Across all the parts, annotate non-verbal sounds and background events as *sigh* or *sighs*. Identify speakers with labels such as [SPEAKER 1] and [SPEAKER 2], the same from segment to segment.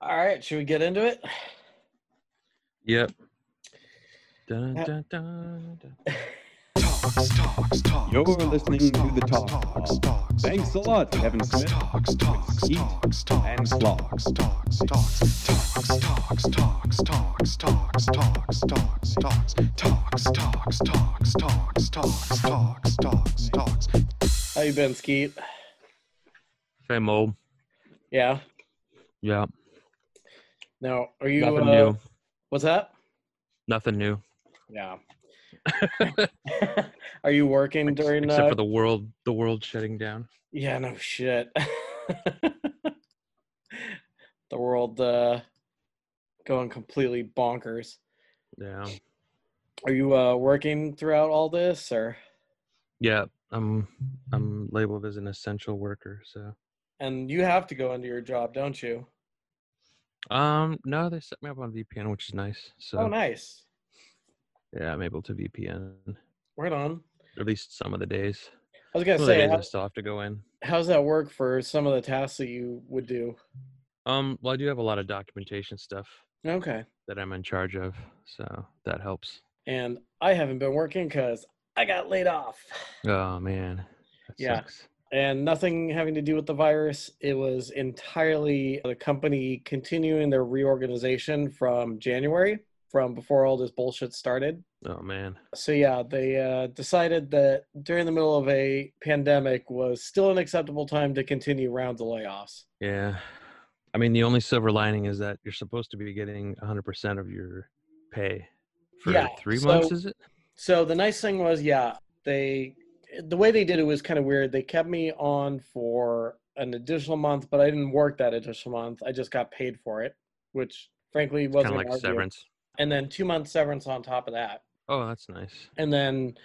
[SPEAKER 1] All right, should we get into it?
[SPEAKER 2] Yep. Dun,
[SPEAKER 1] Uh,
[SPEAKER 2] dun, dun, dun.
[SPEAKER 3] Talks, talks, talks.
[SPEAKER 4] You're
[SPEAKER 3] talks,
[SPEAKER 4] listening to the
[SPEAKER 3] talks,
[SPEAKER 4] Talk
[SPEAKER 3] talks,
[SPEAKER 4] Hub.
[SPEAKER 3] talks,
[SPEAKER 4] Thanks a
[SPEAKER 3] talks,
[SPEAKER 4] lot,
[SPEAKER 3] talks,
[SPEAKER 4] Kevin Smith.
[SPEAKER 3] Talks, talks,
[SPEAKER 4] Heat
[SPEAKER 3] talks,
[SPEAKER 4] and
[SPEAKER 3] talks,
[SPEAKER 4] Flock.
[SPEAKER 3] talks, talks, talks, talks, talks, talks, talks, talks, talks, talks, talks, talks, talks, talks, talks, talks, talks, talks, talks.
[SPEAKER 1] How you been, Skeet?
[SPEAKER 2] Same old.
[SPEAKER 1] Yeah.
[SPEAKER 2] Yeah.
[SPEAKER 1] Now, are you?
[SPEAKER 2] Nothing
[SPEAKER 1] uh,
[SPEAKER 2] new.
[SPEAKER 1] What's that?
[SPEAKER 2] Nothing new.
[SPEAKER 1] Yeah. *laughs* are you working during?
[SPEAKER 2] Except
[SPEAKER 1] uh,
[SPEAKER 2] for the world the world shutting down.
[SPEAKER 1] Yeah. No shit. *laughs* the world uh, going completely bonkers.
[SPEAKER 2] Yeah.
[SPEAKER 1] Are you uh, working throughout all this, or
[SPEAKER 2] Yeah. I'm I'm labeled as an essential worker, so
[SPEAKER 1] and you have to go into your job, don't you?
[SPEAKER 2] um no, they set me up on VPN, which is nice. So
[SPEAKER 1] Oh, nice.
[SPEAKER 2] yeah, I'm able to VPN
[SPEAKER 1] Right on.
[SPEAKER 2] at least some of the days.
[SPEAKER 1] I was gonna
[SPEAKER 2] Some of the
[SPEAKER 1] say,
[SPEAKER 2] days I
[SPEAKER 1] how,
[SPEAKER 2] still have to go in.
[SPEAKER 1] how's that work for some of the tasks that you would do?
[SPEAKER 2] Um, well, I do have a lot of documentation stuff
[SPEAKER 1] Okay.
[SPEAKER 2] that I'm in charge of, so that helps.
[SPEAKER 1] and I haven't been working because I got laid off.
[SPEAKER 2] Oh man, that
[SPEAKER 1] Yeah.
[SPEAKER 2] sucks.
[SPEAKER 1] And nothing having to do with the virus. It was entirely the company continuing their reorganization from January, from before all this bullshit started.
[SPEAKER 2] Oh man,
[SPEAKER 1] So, yeah, they uh, decided that during the middle of a pandemic was still an acceptable time to continue rounds of layoffs.
[SPEAKER 2] yeah. I mean, the only silver lining is that you're supposed to be getting 100% of your pay for
[SPEAKER 1] Yeah,
[SPEAKER 2] three months.
[SPEAKER 1] so-
[SPEAKER 2] Is it?
[SPEAKER 1] So the nice thing was, yeah, they the way they did it was kind of weird. They kept me on for an additional month, but I didn't work that additional month. I just got paid for it, which frankly
[SPEAKER 2] Kind of
[SPEAKER 1] wasn't
[SPEAKER 2] like
[SPEAKER 1] an argument.
[SPEAKER 2] severance.
[SPEAKER 1] And then two months severance on top of that,
[SPEAKER 2] Oh, that's nice.
[SPEAKER 1] and then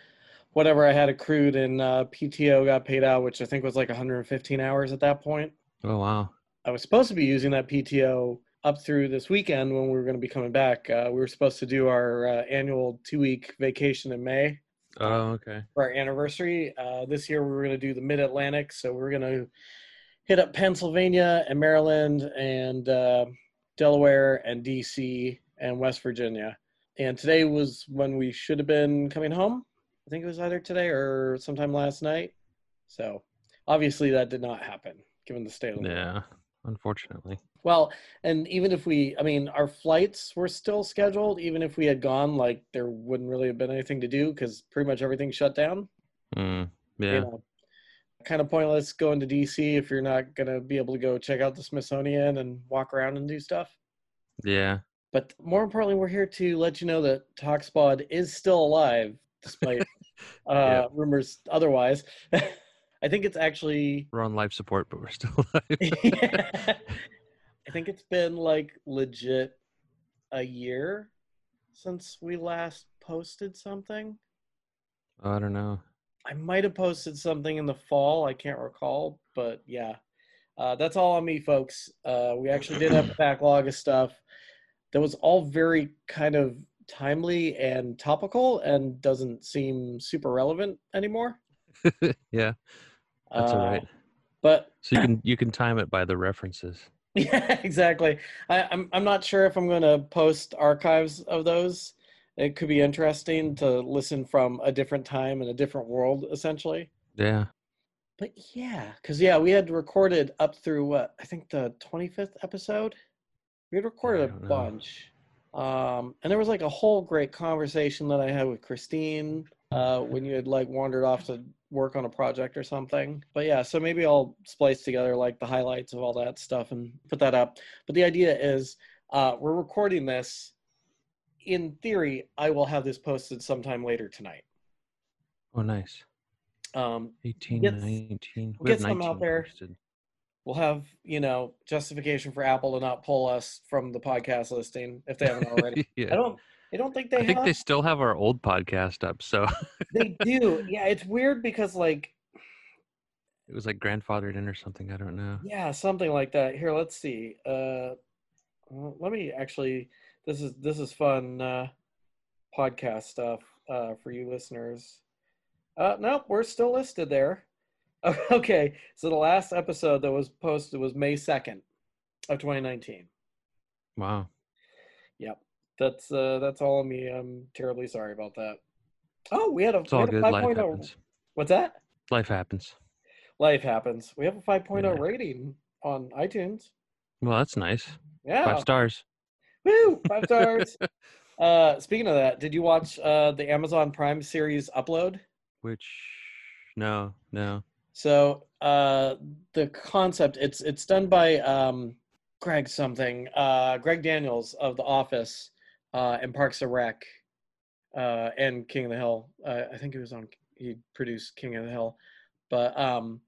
[SPEAKER 1] whatever I had accrued in uh, PTO got paid out, which I think was like 115 hours at that point.
[SPEAKER 2] Oh wow.
[SPEAKER 1] I was supposed to be using that PTO up through this weekend when we were going to be coming back. Uh, we were supposed to do our uh, annual two week vacation in May.
[SPEAKER 2] Oh okay.
[SPEAKER 1] for our anniversary. Uh, this year we were going to do the Mid Atlantic, so we are going to hit up Pennsylvania and Maryland and uh, Delaware and DC and West Virginia. And today was when we should have been coming home. I think it was either today or sometime last night. So obviously that did not happen given the state of the
[SPEAKER 2] Yeah. Unfortunately.
[SPEAKER 1] well, and even if we, I mean, our flights were still scheduled. Even if we had gone, like there wouldn't really have been anything to do because pretty much everything shut down
[SPEAKER 2] Mm, yeah.
[SPEAKER 1] you know kind of pointless going to dc if you're not going to be able to go check out the smithsonian and walk around and do stuff
[SPEAKER 2] Yeah.
[SPEAKER 1] but more importantly we're here to let you know that talkspod is still alive
[SPEAKER 2] *laughs*
[SPEAKER 1] despite uh,
[SPEAKER 2] Yeah.
[SPEAKER 1] rumors otherwise *laughs* i think it's actually *laughs*
[SPEAKER 2] We're on life support, but we're still *laughs* alive.
[SPEAKER 1] i think it's been like legit a year since we last posted something
[SPEAKER 2] I don't know.
[SPEAKER 1] I might have posted something in the fall. I can't recall, but yeah, uh, that's all on me, folks. Uh, we actually did have a backlog of stuff that was all very kind of timely and topical, and doesn't seem super relevant anymore.
[SPEAKER 2] yeah, that's all
[SPEAKER 1] Uh,
[SPEAKER 2] right.
[SPEAKER 1] But *laughs* *clears throat*
[SPEAKER 2] So you can you can time it by the references.
[SPEAKER 1] yeah, exactly. I, I'm I'm not sure if I'm going to post archives of those. It could be interesting to listen from a different time and a different world, essentially.
[SPEAKER 2] Yeah.
[SPEAKER 1] But yeah, because yeah, we had recorded up through what I think the 25th episode. We had recorded a
[SPEAKER 2] don't know.
[SPEAKER 1] bunch, um, and there was like a whole great conversation that I had with Christine uh, when you had like wandered off to work on a project or something. But yeah, so maybe I'll splice together like the highlights of all that stuff and put that up. But the idea is uh, we're recording this. In theory, I will have this posted sometime later tonight.
[SPEAKER 2] Oh, nice.
[SPEAKER 1] Um,
[SPEAKER 2] 18,
[SPEAKER 1] Get s-
[SPEAKER 2] 19.
[SPEAKER 1] get
[SPEAKER 2] have
[SPEAKER 1] some out
[SPEAKER 2] 19
[SPEAKER 1] there.
[SPEAKER 2] posted. *laughs*
[SPEAKER 1] we'll have you know justification for Apple to not pull us from the podcast listing if they haven't
[SPEAKER 2] *laughs*
[SPEAKER 1] already.
[SPEAKER 2] yeah.
[SPEAKER 1] I don't. I don't think they
[SPEAKER 2] I think
[SPEAKER 1] have.
[SPEAKER 2] they still have our old podcast up, so *laughs*
[SPEAKER 1] they do. Yeah, it's weird because like
[SPEAKER 2] it was like grandfathered in or something. I don't know.
[SPEAKER 1] yeah, something like that. Here, let's see. Uh, well, let me actually. This is this is fun uh, podcast stuff uh, for you listeners. Uh, nope, we're still listed there. *laughs* Okay, so the last episode that was posted was May second of 2019.
[SPEAKER 2] Wow.
[SPEAKER 1] That's uh, that's all on me. I'm terribly sorry about that. Oh, we had a,
[SPEAKER 2] It's
[SPEAKER 1] we
[SPEAKER 2] all
[SPEAKER 1] had a
[SPEAKER 2] good. Life
[SPEAKER 1] 5.0.
[SPEAKER 2] happens.
[SPEAKER 1] What's that?
[SPEAKER 2] Life happens.
[SPEAKER 1] Life happens. We have a 5.0
[SPEAKER 2] Yeah.
[SPEAKER 1] rating on iTunes.
[SPEAKER 2] Well, that's nice.
[SPEAKER 1] Yeah.
[SPEAKER 2] Five stars.
[SPEAKER 1] Woo! Five
[SPEAKER 2] *laughs*
[SPEAKER 1] stars. uh, speaking of that, did you watch uh, the Amazon Prime series upload?
[SPEAKER 2] Which no, no. Oh,
[SPEAKER 1] So uh, the concept it's it's done by um, Greg something uh, Greg Daniels of The Office uh, and Parks and Rec uh, and King of the Hill. Uh, I think he was on he produced King of the Hill, but um,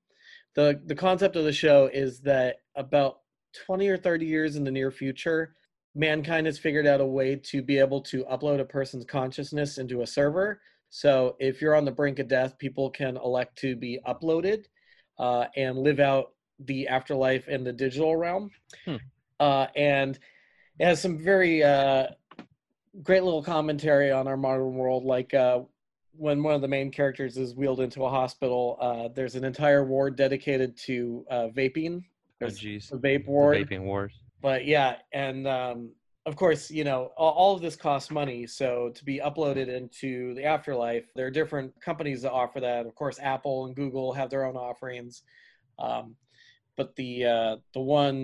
[SPEAKER 1] the the concept of the show is that about twenty or thirty years in the near future, mankind has figured out a way to be able to upload a person's consciousness into a server. So if you're on the brink of death, people can elect to be uploaded uh, and live out the afterlife in the digital realm.
[SPEAKER 2] Hmm.
[SPEAKER 1] Uh, and it has some very uh, great little commentary on our modern world, like uh, when one of the main characters is wheeled into a hospital, uh, there's an entire ward dedicated to uh, vaping.
[SPEAKER 2] Oh,
[SPEAKER 1] There's
[SPEAKER 2] jeez.
[SPEAKER 1] the vape
[SPEAKER 2] The
[SPEAKER 1] ward
[SPEAKER 2] Vaping wars.
[SPEAKER 1] but yeah and um, of course you know all, all of this costs money so to be uploaded into the afterlife there are different companies that offer that of course apple and google have their own offerings um, but the uh, the one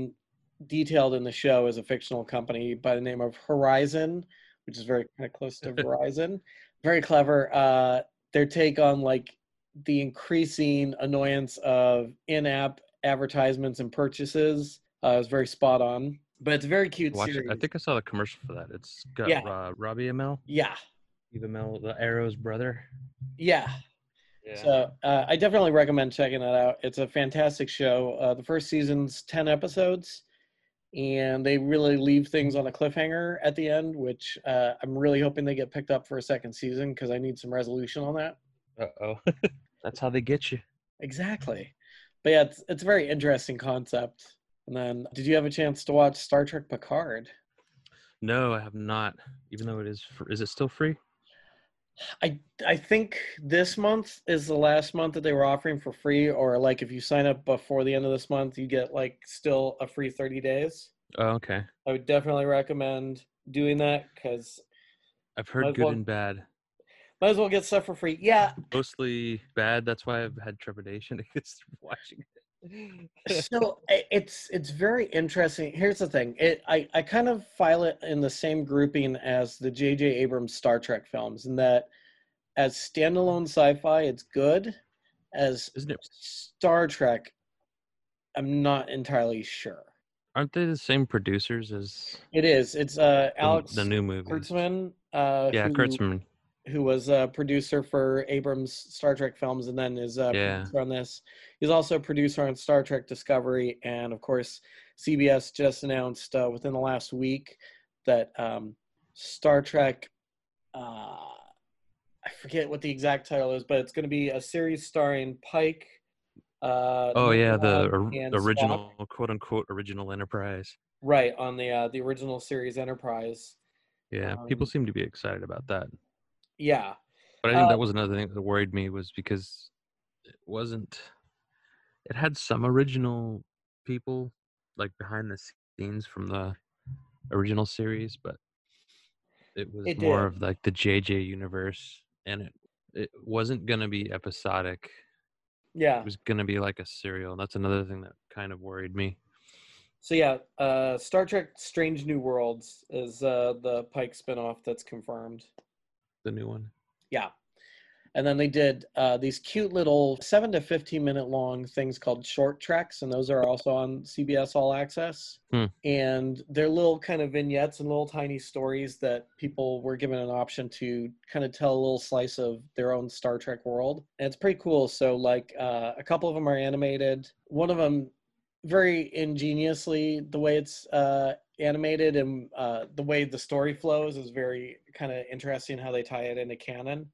[SPEAKER 1] detailed in the show is a fictional company by the name of horizon which is very kind of close
[SPEAKER 2] *laughs*
[SPEAKER 1] to verizon very clever uh, their take on like the increasing annoyance of in-app advertisements and purchases uh, is very spot on. But it's a very cute
[SPEAKER 2] Watch it.
[SPEAKER 1] series.
[SPEAKER 2] I think I saw the commercial for that. It's got
[SPEAKER 1] Yeah.
[SPEAKER 2] uh, Robbie Amell,
[SPEAKER 1] yeah,
[SPEAKER 2] Eva Amell, the Arrow's brother.
[SPEAKER 1] yeah. So uh, I definitely recommend checking that out. It's a fantastic show. Uh, the first season's ten episodes, and they really leave things on a cliffhanger at the end, which uh, I'm really hoping they get picked up for a second season because I need some resolution on that.
[SPEAKER 2] Uh oh. *laughs* That's how they get you.
[SPEAKER 1] Exactly. But yeah, it's it's a very interesting concept. And then, did you have a chance to watch Star Trek Picard?
[SPEAKER 2] No, I have not. Even though it is, fr- is it still free?
[SPEAKER 1] I I think this month is the last month that they were offering for free, or like if you sign up before the end of this month, you get like still a free 30 days.
[SPEAKER 2] Oh, okay.
[SPEAKER 1] I would definitely recommend doing that because
[SPEAKER 2] I've
[SPEAKER 1] Might
[SPEAKER 2] heard
[SPEAKER 1] as
[SPEAKER 2] good
[SPEAKER 1] well-
[SPEAKER 2] and bad.
[SPEAKER 1] might as well get stuff for free. Yeah.
[SPEAKER 2] *laughs* Mostly bad. That's why I've had trepidation *laughs* against watching it.
[SPEAKER 1] So i- it's it's very interesting. Here's the thing. It I, I kind of file it in the same grouping as the JJ Abrams Star Trek films in that as standalone sci-fi, it's good. As
[SPEAKER 2] Isn't it?
[SPEAKER 1] Star Trek, I'm not entirely sure.
[SPEAKER 2] Aren't they the same producers as
[SPEAKER 1] It is. It's uh,
[SPEAKER 2] the-
[SPEAKER 1] Alex
[SPEAKER 2] the new movie?
[SPEAKER 1] Kurtzman, uh,
[SPEAKER 2] Yeah,
[SPEAKER 1] who,
[SPEAKER 2] Kurtzman.
[SPEAKER 1] who was a producer for Abrams Star Trek films, and then is a
[SPEAKER 2] Yeah.
[SPEAKER 1] producer on this. He's also a producer on Star Trek Discovery, and of course, CBS just announced uh, within the last week that um, Star Trek. Uh, I forget what the exact title is, but it's going to be a series starring Pike. Uh,
[SPEAKER 2] Oh yeah, the
[SPEAKER 1] Nimoy,
[SPEAKER 2] or-
[SPEAKER 1] and Spock.
[SPEAKER 2] original quote unquote original Enterprise.
[SPEAKER 1] right on the uh, the original series Enterprise.
[SPEAKER 2] Yeah, people
[SPEAKER 1] Um,
[SPEAKER 2] seem to be excited about that.
[SPEAKER 1] Yeah,
[SPEAKER 2] But I think
[SPEAKER 1] uh,
[SPEAKER 2] that was another thing that worried me was because it wasn't. It had some original people like behind the scenes from the original series, but it was
[SPEAKER 1] It
[SPEAKER 2] more
[SPEAKER 1] did.
[SPEAKER 2] of like the JJ universe, and it it wasn't gonna be episodic.
[SPEAKER 1] yeah.
[SPEAKER 2] It was gonna be like a serial. That's another thing that kind of worried me.
[SPEAKER 1] So yeah, uh, Star Trek: Strange New Worlds is uh, the Pike spinoff that's confirmed.
[SPEAKER 2] The new one.
[SPEAKER 1] Yeah, and then they did uh, these cute little seven to fifteen minute long things called short treks, and those are also on CBS All Access.
[SPEAKER 2] Hmm.
[SPEAKER 1] And they're little kind of vignettes and little tiny stories that people were given an option to kind of tell a little slice of their own Star Trek world, and it's pretty cool. So like uh, a couple of them are animated. One of them very ingeniously the way it's uh, animated and uh, the way the story flows is very kind of interesting how they tie it into canon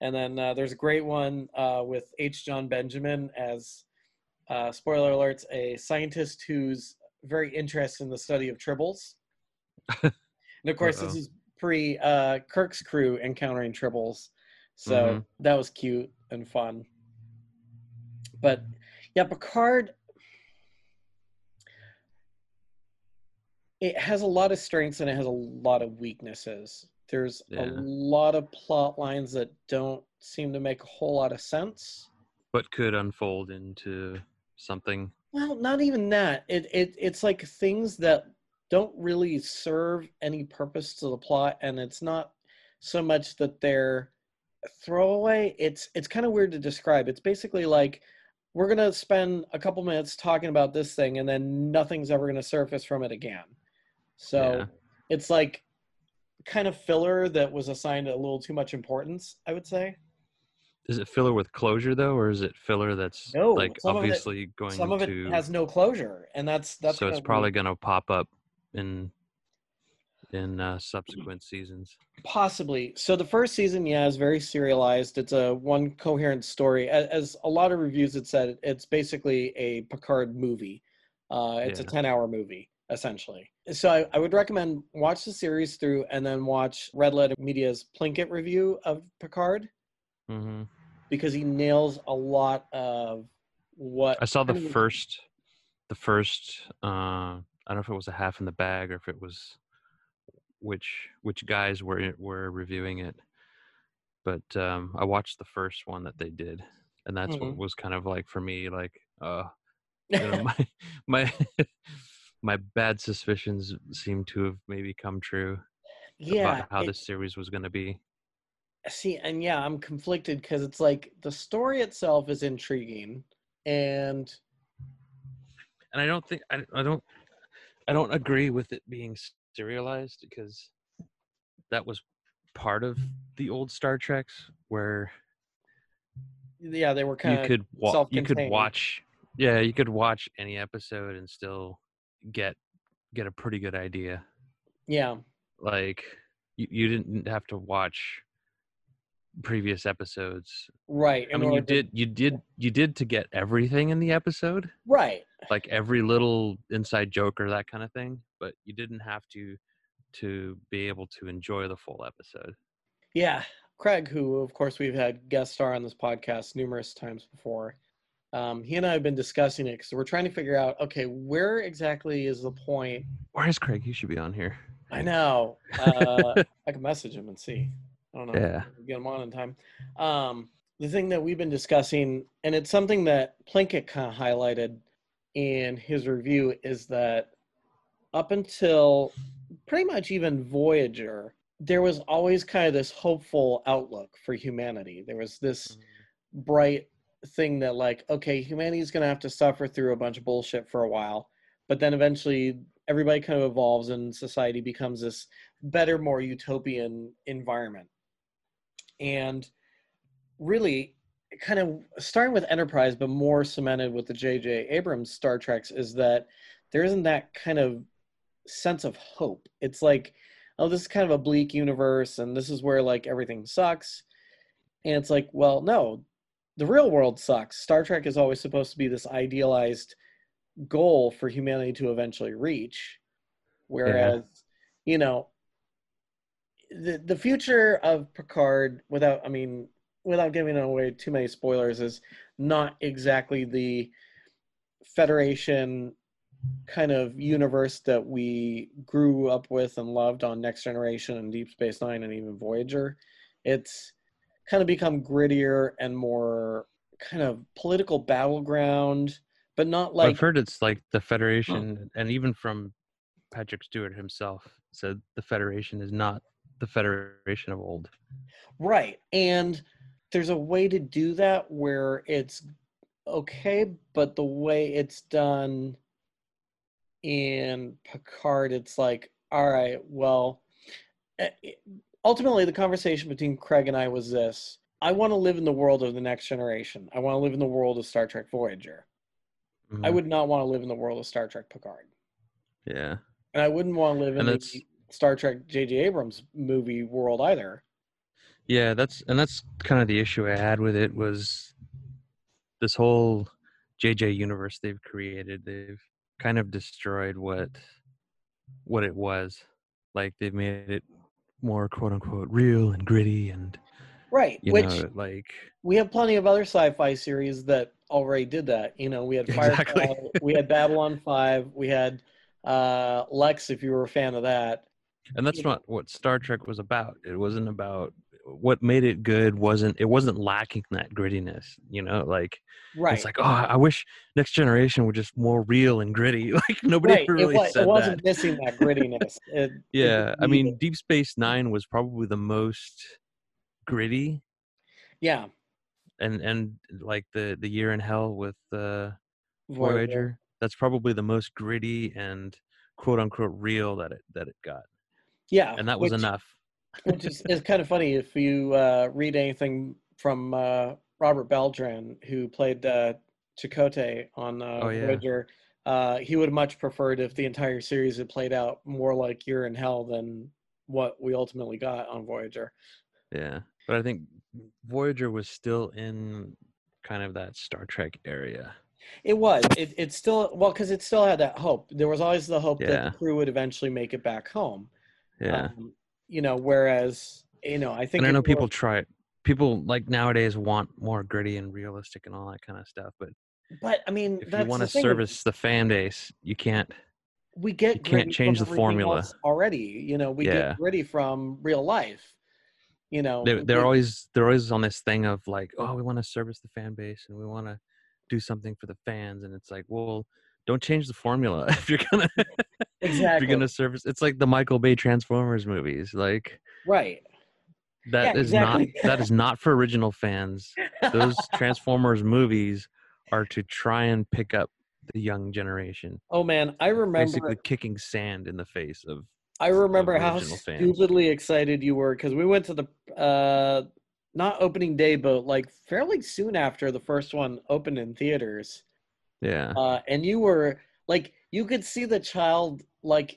[SPEAKER 1] and then uh, there's a great one uh, with h john benjamin as uh, spoiler alerts a scientist who's very interested in the study of tribbles and of course this
[SPEAKER 2] Uh-oh.
[SPEAKER 1] is pre uh, kirk's crew encountering tribbles so
[SPEAKER 2] Mhm.
[SPEAKER 1] that was cute and fun but yeah picard it has a lot of strengths and it has a lot of weaknesses. There's a
[SPEAKER 2] Yeah.
[SPEAKER 1] lot of plot lines that don't seem to make a whole lot of sense.
[SPEAKER 2] but could unfold into something.
[SPEAKER 1] Well, not even that. It it it's like things that don't really serve any purpose to the plot, and it's not so much that they're throwaway. It's it's kind of weird to describe. It's basically like we're gonna spend a couple minutes talking about this thing, and then nothing's ever gonna surface from it again. So
[SPEAKER 2] Yeah.
[SPEAKER 1] it's like kind of filler that was assigned a little too much importance. I would say.
[SPEAKER 2] Is it filler with closure though, or is it filler that's
[SPEAKER 1] No,
[SPEAKER 2] like
[SPEAKER 1] some of it-
[SPEAKER 2] obviously going
[SPEAKER 1] Some of it
[SPEAKER 2] to?
[SPEAKER 1] has no closure, and that's that's
[SPEAKER 2] so it's
[SPEAKER 1] kinda
[SPEAKER 2] probably
[SPEAKER 1] weird.
[SPEAKER 2] going to pop up in in
[SPEAKER 1] Mm-hmm.
[SPEAKER 2] uh, subsequent seasons.
[SPEAKER 1] Possibly. So the first season, yeah, is very serialized. It's a one coherent story. As, as a lot of reviews had said, it's basically a Picard movie. Uh, it's a
[SPEAKER 2] Yeah.
[SPEAKER 1] ten-hour movie essentially. So I, I would recommend watch the series through and then watch Red Letter Media's Plinkett review of Picard
[SPEAKER 2] hmm
[SPEAKER 1] because he nails a lot of what
[SPEAKER 2] I saw the
[SPEAKER 1] kind of-
[SPEAKER 2] first, the first. Uh, I don't know if it was a half in the bag or if it was which which guys were it- were reviewing it, but um, I watched the first one that they did, and that's
[SPEAKER 1] Mhm.
[SPEAKER 2] what was kind of like for me like,
[SPEAKER 1] *laughs*
[SPEAKER 2] uh, you know, my my *laughs* my bad suspicions seem to have maybe come true
[SPEAKER 1] yeah
[SPEAKER 2] about how
[SPEAKER 1] it-
[SPEAKER 2] this series was going to be.
[SPEAKER 1] see and yeah i'm conflicted because it's like the story itself is intriguing and
[SPEAKER 2] and I don't think I, I don't I don't agree with it being serialized because that was part of the old Star Treks where
[SPEAKER 1] yeah they were kind
[SPEAKER 2] you
[SPEAKER 1] of
[SPEAKER 2] could wa- you could
[SPEAKER 1] self-contained.
[SPEAKER 2] watch yeah you could watch any episode and still get get a pretty good idea
[SPEAKER 1] yeah
[SPEAKER 2] like you, you didn't have to watch previous episodes
[SPEAKER 1] right
[SPEAKER 2] i
[SPEAKER 1] in
[SPEAKER 2] mean you
[SPEAKER 1] order to-
[SPEAKER 2] did you did you did to get everything in the episode
[SPEAKER 1] right
[SPEAKER 2] like every little inside joke or that kind of thing but you didn't have to to be able to enjoy the full episode
[SPEAKER 1] yeah craig who of course we've had guest star on this podcast numerous times before um, he and i have been discussing it because we're trying to figure out okay where exactly is the point
[SPEAKER 2] where is craig you should be on here
[SPEAKER 1] i know uh, i can message him and see i don't know
[SPEAKER 2] yeah
[SPEAKER 1] get them on in time. Um, the thing that we've been discussing, and it's something that Plinkett kind of highlighted in his review, is that up until pretty much even Voyager, there was always kind of this hopeful outlook for humanity. There was this bright thing that, like, okay, humanity's going to have to suffer through a bunch of bullshit for a while, but then eventually everybody kind of evolves and society becomes this better, more utopian environment and really kind of starting with enterprise but more cemented with the jj abrams star treks is that there isn't that kind of sense of hope it's like oh this is kind of a bleak universe and this is where like everything sucks and it's like well no the real world sucks star trek is always supposed to be this idealized goal for humanity to eventually reach whereas you know the the future of Picard without I mean without giving away too many spoilers is not exactly the Federation kind of universe that we grew up with and loved on Next Generation and Deep Space Nine and even Voyager. It's kind of become grittier and more kind of political battleground, but not like
[SPEAKER 2] i've heard it's like the federation and even from patrick stewart himself said the federation is not the federation of old
[SPEAKER 1] Right. And there's a way to do that where it's okay, but the way it's done in Picard, it's like, all right, well, eh, eh, ultimately, the conversation between Craig and I was this I want to live in the world of the next generation. I want to live in the world of Star Trek Voyager. I
[SPEAKER 2] Mhm.
[SPEAKER 1] would not want to live in the world of Star Trek Picard.
[SPEAKER 2] yeah
[SPEAKER 1] And I wouldn't want to live in
[SPEAKER 2] And
[SPEAKER 1] the
[SPEAKER 2] that's-
[SPEAKER 1] Star Trek J.J. Abrams movie world either.
[SPEAKER 2] Yeah, that's and that's kind of the issue I had with it was this whole JJ universe they've created. They've kind of destroyed what what it was. Like they've made it more quote unquote real and gritty and
[SPEAKER 1] Right.
[SPEAKER 2] you
[SPEAKER 1] which.
[SPEAKER 2] know like
[SPEAKER 1] we have plenty of other sci-fi series that already did that. You know, *laughs* we had Firefly,
[SPEAKER 2] Exactly.
[SPEAKER 1] we had Babylon Five, we had Uh, Lex, if you were a fan of that,
[SPEAKER 2] and that's
[SPEAKER 1] you know.
[SPEAKER 2] not what Star Trek was about. It wasn't about what made it good. wasn't It wasn't lacking that grittiness. You know, like
[SPEAKER 1] right?
[SPEAKER 2] it's like, oh, I wish Next Generation were just more real and gritty. *laughs* Like nobody
[SPEAKER 1] right.
[SPEAKER 2] ever really
[SPEAKER 1] it, wa-
[SPEAKER 2] said
[SPEAKER 1] it wasn't
[SPEAKER 2] that.
[SPEAKER 1] missing that grittiness. It,
[SPEAKER 2] *laughs* Yeah,
[SPEAKER 1] needed.
[SPEAKER 2] I
[SPEAKER 1] *laughs*
[SPEAKER 2] mean, Deep Space Nine was probably the most gritty,
[SPEAKER 1] yeah,
[SPEAKER 2] and and like the the year in hell with uh,
[SPEAKER 1] Voyager.
[SPEAKER 2] Voyager. That's probably the most gritty and quote unquote real that it that it got,
[SPEAKER 1] Yeah,
[SPEAKER 2] and that was
[SPEAKER 1] Uh, which-
[SPEAKER 2] enough.
[SPEAKER 1] which is, is kind of funny if you uh, read anything from uh, Robert Beltran, who played uh, Chakotay on uh,
[SPEAKER 2] Oh, yeah.
[SPEAKER 1] Voyager. Uh, he would have much preferred if the entire series had played out more like You're in Hell than what we ultimately got on Voyager.
[SPEAKER 2] Yeah, but I think Voyager was still in kind of that Star Trek area.
[SPEAKER 1] It was. It, it still well because it still had that hope. There was always the hope
[SPEAKER 2] Yeah.
[SPEAKER 1] that the crew would eventually make it back home.
[SPEAKER 2] Yeah,
[SPEAKER 1] Um, you know, whereas you know, I think
[SPEAKER 2] and I
[SPEAKER 1] if
[SPEAKER 2] know
[SPEAKER 1] you
[SPEAKER 2] people
[SPEAKER 1] were-
[SPEAKER 2] try it. People like nowadays want more gritty and realistic and all that kind of stuff. But
[SPEAKER 1] But I mean,
[SPEAKER 2] if
[SPEAKER 1] that's
[SPEAKER 2] you want
[SPEAKER 1] the
[SPEAKER 2] to
[SPEAKER 1] thing is-
[SPEAKER 2] service the fan base, you can't.
[SPEAKER 1] we get
[SPEAKER 2] You can't
[SPEAKER 1] gritty
[SPEAKER 2] change
[SPEAKER 1] from
[SPEAKER 2] the
[SPEAKER 1] everything
[SPEAKER 2] formula.
[SPEAKER 1] else already you know we
[SPEAKER 2] Yeah.
[SPEAKER 1] get gritty from real life you know e
[SPEAKER 2] They,
[SPEAKER 1] Oh, we
[SPEAKER 2] they're
[SPEAKER 1] get-
[SPEAKER 2] always *laughs* they're always on this thing of like, oh, we want to service the fan base and we want to do something for the fans, and it's like, well, don't change the formula *laughs* if you're gonna if
[SPEAKER 1] Exactly.
[SPEAKER 2] you're gonna service. It's like the Michael Bay Transformers movies, like.
[SPEAKER 1] right
[SPEAKER 2] That
[SPEAKER 1] Yeah,
[SPEAKER 2] is
[SPEAKER 1] exactly.
[SPEAKER 2] not that is not for original fans.
[SPEAKER 1] *laughs*
[SPEAKER 2] Those Transformers movies are to try and pick up the young generation.
[SPEAKER 1] oh man i remember
[SPEAKER 2] Basically kicking sand in the face of
[SPEAKER 1] i remember how
[SPEAKER 2] original fans.
[SPEAKER 1] stupidly excited you were because we went to the uh not opening day but like fairly soon after the first one opened in theaters
[SPEAKER 2] yeah.
[SPEAKER 1] uh and you were like you could see the child
[SPEAKER 2] *laughs*
[SPEAKER 1] like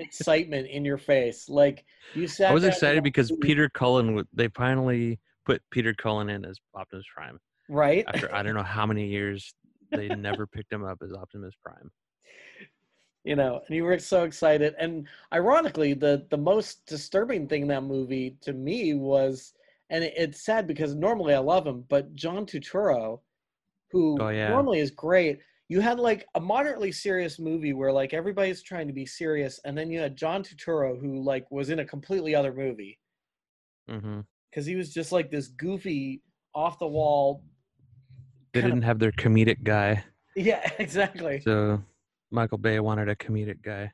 [SPEAKER 1] excitement in your face like you said
[SPEAKER 2] I was excited because Peter Cullen would- they finally put Peter Cullen in as Optimus Prime
[SPEAKER 1] right
[SPEAKER 2] after I don't know how many years they never picked him up as Optimus Prime.
[SPEAKER 1] you know and you were so excited and ironically the the most disturbing thing in that movie to me was and it, it's sad because normally i love him but john Turturro, who
[SPEAKER 2] Oh, yeah.
[SPEAKER 1] normally is great you had like a moderately serious movie where like everybody's trying to be serious and then you had john Turturro who like was in a completely other movie
[SPEAKER 2] hmm
[SPEAKER 1] because he was just like this goofy off the wall *laughs*
[SPEAKER 2] They
[SPEAKER 1] Kinda-
[SPEAKER 2] didn't have their comedic guy,
[SPEAKER 1] yeah exactly
[SPEAKER 2] so Michael Bay wanted a comedic guy.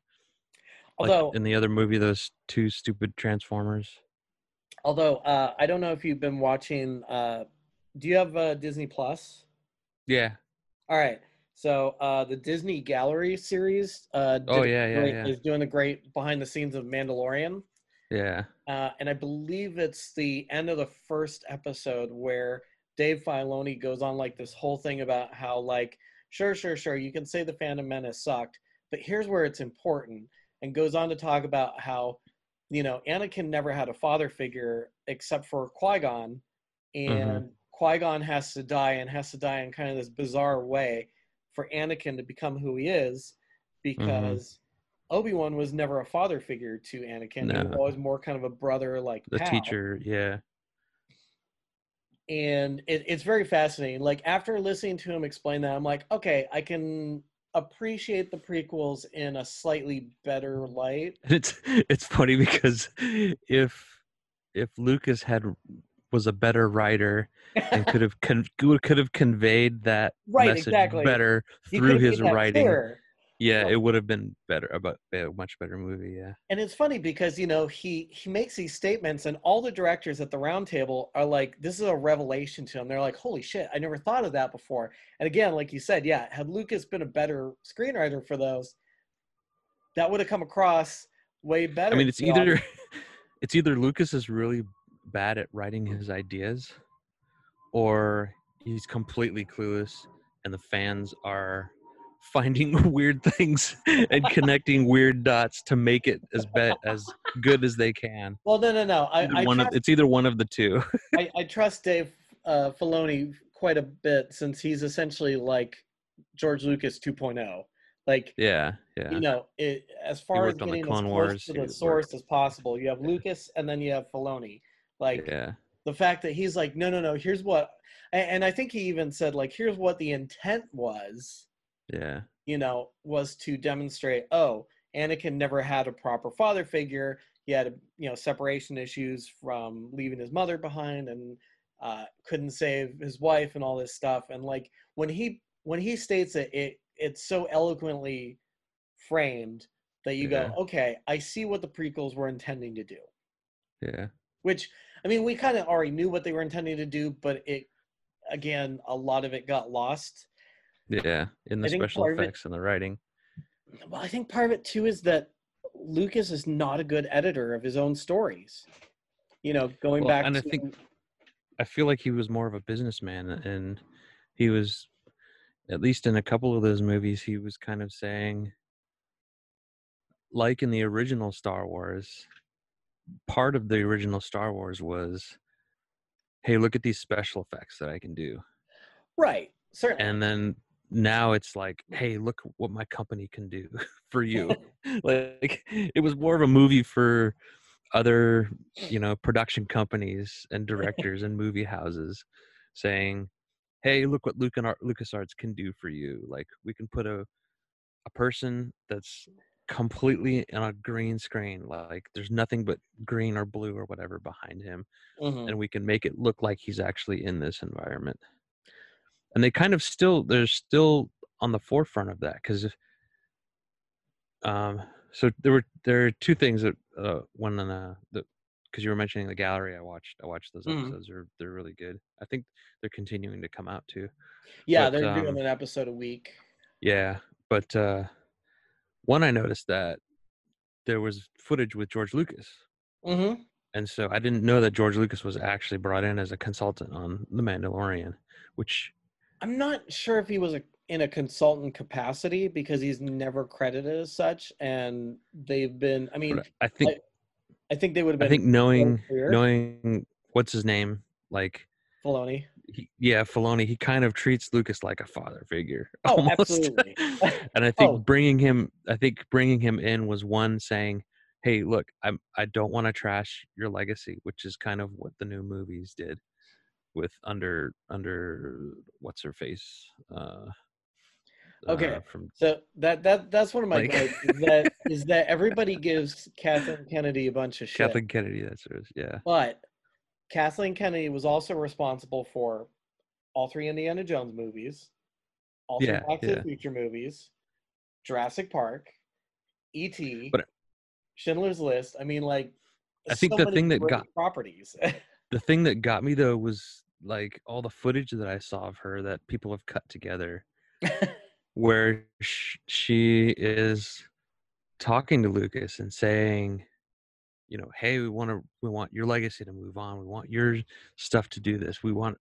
[SPEAKER 2] Like,
[SPEAKER 1] although
[SPEAKER 2] in the other movie, those two stupid Transformers.
[SPEAKER 1] although uh i don't know if you've been watching uh do you have uh disney plus
[SPEAKER 2] Yeah.
[SPEAKER 1] All right. So uh, the Disney Gallery series uh, did
[SPEAKER 2] Oh,
[SPEAKER 1] a
[SPEAKER 2] yeah, yeah,
[SPEAKER 1] great-
[SPEAKER 2] yeah.
[SPEAKER 1] is doing a great behind the scenes of Mandalorian.
[SPEAKER 2] Yeah.
[SPEAKER 1] Uh, and I believe it's the end of the first episode where Dave Filoni goes on like this whole thing about how like sure sure sure you can say the Phantom Menace sucked, but here's where it's important and goes on to talk about how you know Anakin never had a father figure except for Qui-Gon and Qui-Gon has to die and has to die in kind of this bizarre way for Anakin to become who he is because Obi-Wan was never a father figure to Anakin. He was
[SPEAKER 2] No.
[SPEAKER 1] always more kind of a brother like
[SPEAKER 2] The
[SPEAKER 1] pal.
[SPEAKER 2] teacher. Yeah.
[SPEAKER 1] And it, it's very fascinating. Like after listening to him explain that, I'm like, okay, I can appreciate the prequels in a slightly better light.
[SPEAKER 2] And *laughs* it's it's funny because if if Lucas had was a better writer and could have con- *laughs* could could have conveyed that
[SPEAKER 1] Right,
[SPEAKER 2] message
[SPEAKER 1] exactly.
[SPEAKER 2] better
[SPEAKER 1] He
[SPEAKER 2] through
[SPEAKER 1] could've made
[SPEAKER 2] his
[SPEAKER 1] that
[SPEAKER 2] writing.
[SPEAKER 1] clearer.
[SPEAKER 2] Yeah,
[SPEAKER 1] Yeah.
[SPEAKER 2] it would have been better about a much better movie. Yeah.
[SPEAKER 1] And it's funny because you know he he makes these statements, and all the directors at the round table are like, "This is a revelation to him." They're like, "Holy shit, I never thought of that before." And again, like you said, yeah, had Lucas been a better screenwriter for those, that would have come across way better.
[SPEAKER 2] I mean, it's
[SPEAKER 1] to the audience.
[SPEAKER 2] either *laughs* it's either Lucas is really bad at writing his ideas, or he's completely clueless, and the fans are finding *laughs* weird things
[SPEAKER 1] *laughs*
[SPEAKER 2] and connecting weird dots to make it as be- as good as they can.
[SPEAKER 1] Well, no, no, no. I, I,
[SPEAKER 2] Either one
[SPEAKER 1] trust,
[SPEAKER 2] of, it's either one of the two. *laughs*
[SPEAKER 1] I, I trust Dave uh, Filoni quite a bit since he's essentially like George Lucas 2.0. Like
[SPEAKER 2] yeah, yeah.
[SPEAKER 1] you know, it, as far as
[SPEAKER 2] worked on the
[SPEAKER 1] getting as
[SPEAKER 2] Clone
[SPEAKER 1] close
[SPEAKER 2] Wars,
[SPEAKER 1] to
[SPEAKER 2] he
[SPEAKER 1] the
[SPEAKER 2] worked-
[SPEAKER 1] source as possible. You have Lucas, and then you have Filoni. Like
[SPEAKER 2] yeah,
[SPEAKER 1] the fact that he's like, no, no, no. Here's what, a- and I think he even said like, here's what the intent was.
[SPEAKER 2] yeah,
[SPEAKER 1] You know, was to demonstrate, oh, Anakin never had a proper father figure. He had, you know, separation issues from leaving his mother behind and uh, couldn't save his wife and all this stuff. And like when he when he states it, it it's so eloquently framed that you
[SPEAKER 2] Yeah.
[SPEAKER 1] go, okay, I see what the prequels were intending to do.
[SPEAKER 2] Yeah.
[SPEAKER 1] Which I mean, we kind of already knew what they were intending to do, but it again, a lot of it got lost.
[SPEAKER 2] Yeah. In the
[SPEAKER 1] I think
[SPEAKER 2] special
[SPEAKER 1] part of it-
[SPEAKER 2] effects and the writing.
[SPEAKER 1] Well, I think part of it too is that Lucas is not a good editor of his own stories. You know, going
[SPEAKER 2] Well,
[SPEAKER 1] back
[SPEAKER 2] and I
[SPEAKER 1] to
[SPEAKER 2] think- I feel like he was more of a businessman and he was at least in a couple of those movies he was kind of saying like in the original Star Wars part of the original Star Wars was hey look at these special effects that I can do
[SPEAKER 1] right, certainly,
[SPEAKER 2] and then now it's like hey look what my company can do *laughs* for you like it was more of a movie for other you know production companies and directors and movie houses saying hey look what Luke and Ar- LucasArts can do for you like we can put a a person that's completely on a green screen like there's nothing but green or blue or whatever behind him
[SPEAKER 1] Mhm.
[SPEAKER 2] and we can make it look like he's actually in this environment. And they kind of still they're still on the forefront of that because um so there were there are two things that uh one on uh, the because you were mentioning the gallery I watched I watched those
[SPEAKER 1] Mhm.
[SPEAKER 2] episodes they're they're really good I think they're continuing to come out too
[SPEAKER 1] yeah,
[SPEAKER 2] but,
[SPEAKER 1] they're
[SPEAKER 2] um,
[SPEAKER 1] doing an episode a week.
[SPEAKER 2] yeah but uh one I noticed that there was footage with George Lucas
[SPEAKER 1] hmm
[SPEAKER 2] and so I didn't know that George Lucas was actually brought in as a consultant on The Mandalorian, which
[SPEAKER 1] I'm not sure if he was a, in a consultant capacity because he's never credited as such, and they've been. I mean,
[SPEAKER 2] but I think
[SPEAKER 1] I think they would have
[SPEAKER 2] I
[SPEAKER 1] been
[SPEAKER 2] think knowing
[SPEAKER 1] clear.
[SPEAKER 2] knowing what's his name, like
[SPEAKER 1] Filoni.
[SPEAKER 2] he, yeah, Filoni, he kind of treats Lucas like a father figure. *laughs*
[SPEAKER 1] Oh,
[SPEAKER 2] almost.
[SPEAKER 1] absolutely. *laughs*
[SPEAKER 2] and I think
[SPEAKER 1] Oh.
[SPEAKER 2] bringing him, I think bringing him in was one saying, "Hey, look, I'm I don't want to trash your legacy," which is kind of what the new movies did with under under what's her face. Uh,
[SPEAKER 1] Okay.
[SPEAKER 2] uh, from
[SPEAKER 1] So that that that's one of my
[SPEAKER 2] Like-
[SPEAKER 1] gripes is that is that everybody gives Kathleen Kennedy a bunch
[SPEAKER 2] *laughs*
[SPEAKER 1] of shit.
[SPEAKER 2] Kathleen Kennedy. That's hers. Yeah.
[SPEAKER 1] But Kathleen Kennedy was also responsible for all three Indiana Jones movies, all three
[SPEAKER 2] Yeah,
[SPEAKER 1] Back to
[SPEAKER 2] yeah.
[SPEAKER 1] the Future movies, Jurassic Park, E.T.,
[SPEAKER 2] But-
[SPEAKER 1] Schindler's List. I mean, like,
[SPEAKER 2] I think
[SPEAKER 1] so
[SPEAKER 2] the
[SPEAKER 1] many
[SPEAKER 2] thing that
[SPEAKER 1] great
[SPEAKER 2] got-
[SPEAKER 1] properties. *laughs*
[SPEAKER 2] the thing that got me though was like all the footage that I saw of her that people have cut *laughs* together, where sh- she is talking to Lucas and saying, you know, hey, we want to, we want your legacy to move on. We want your stuff to do this. We want,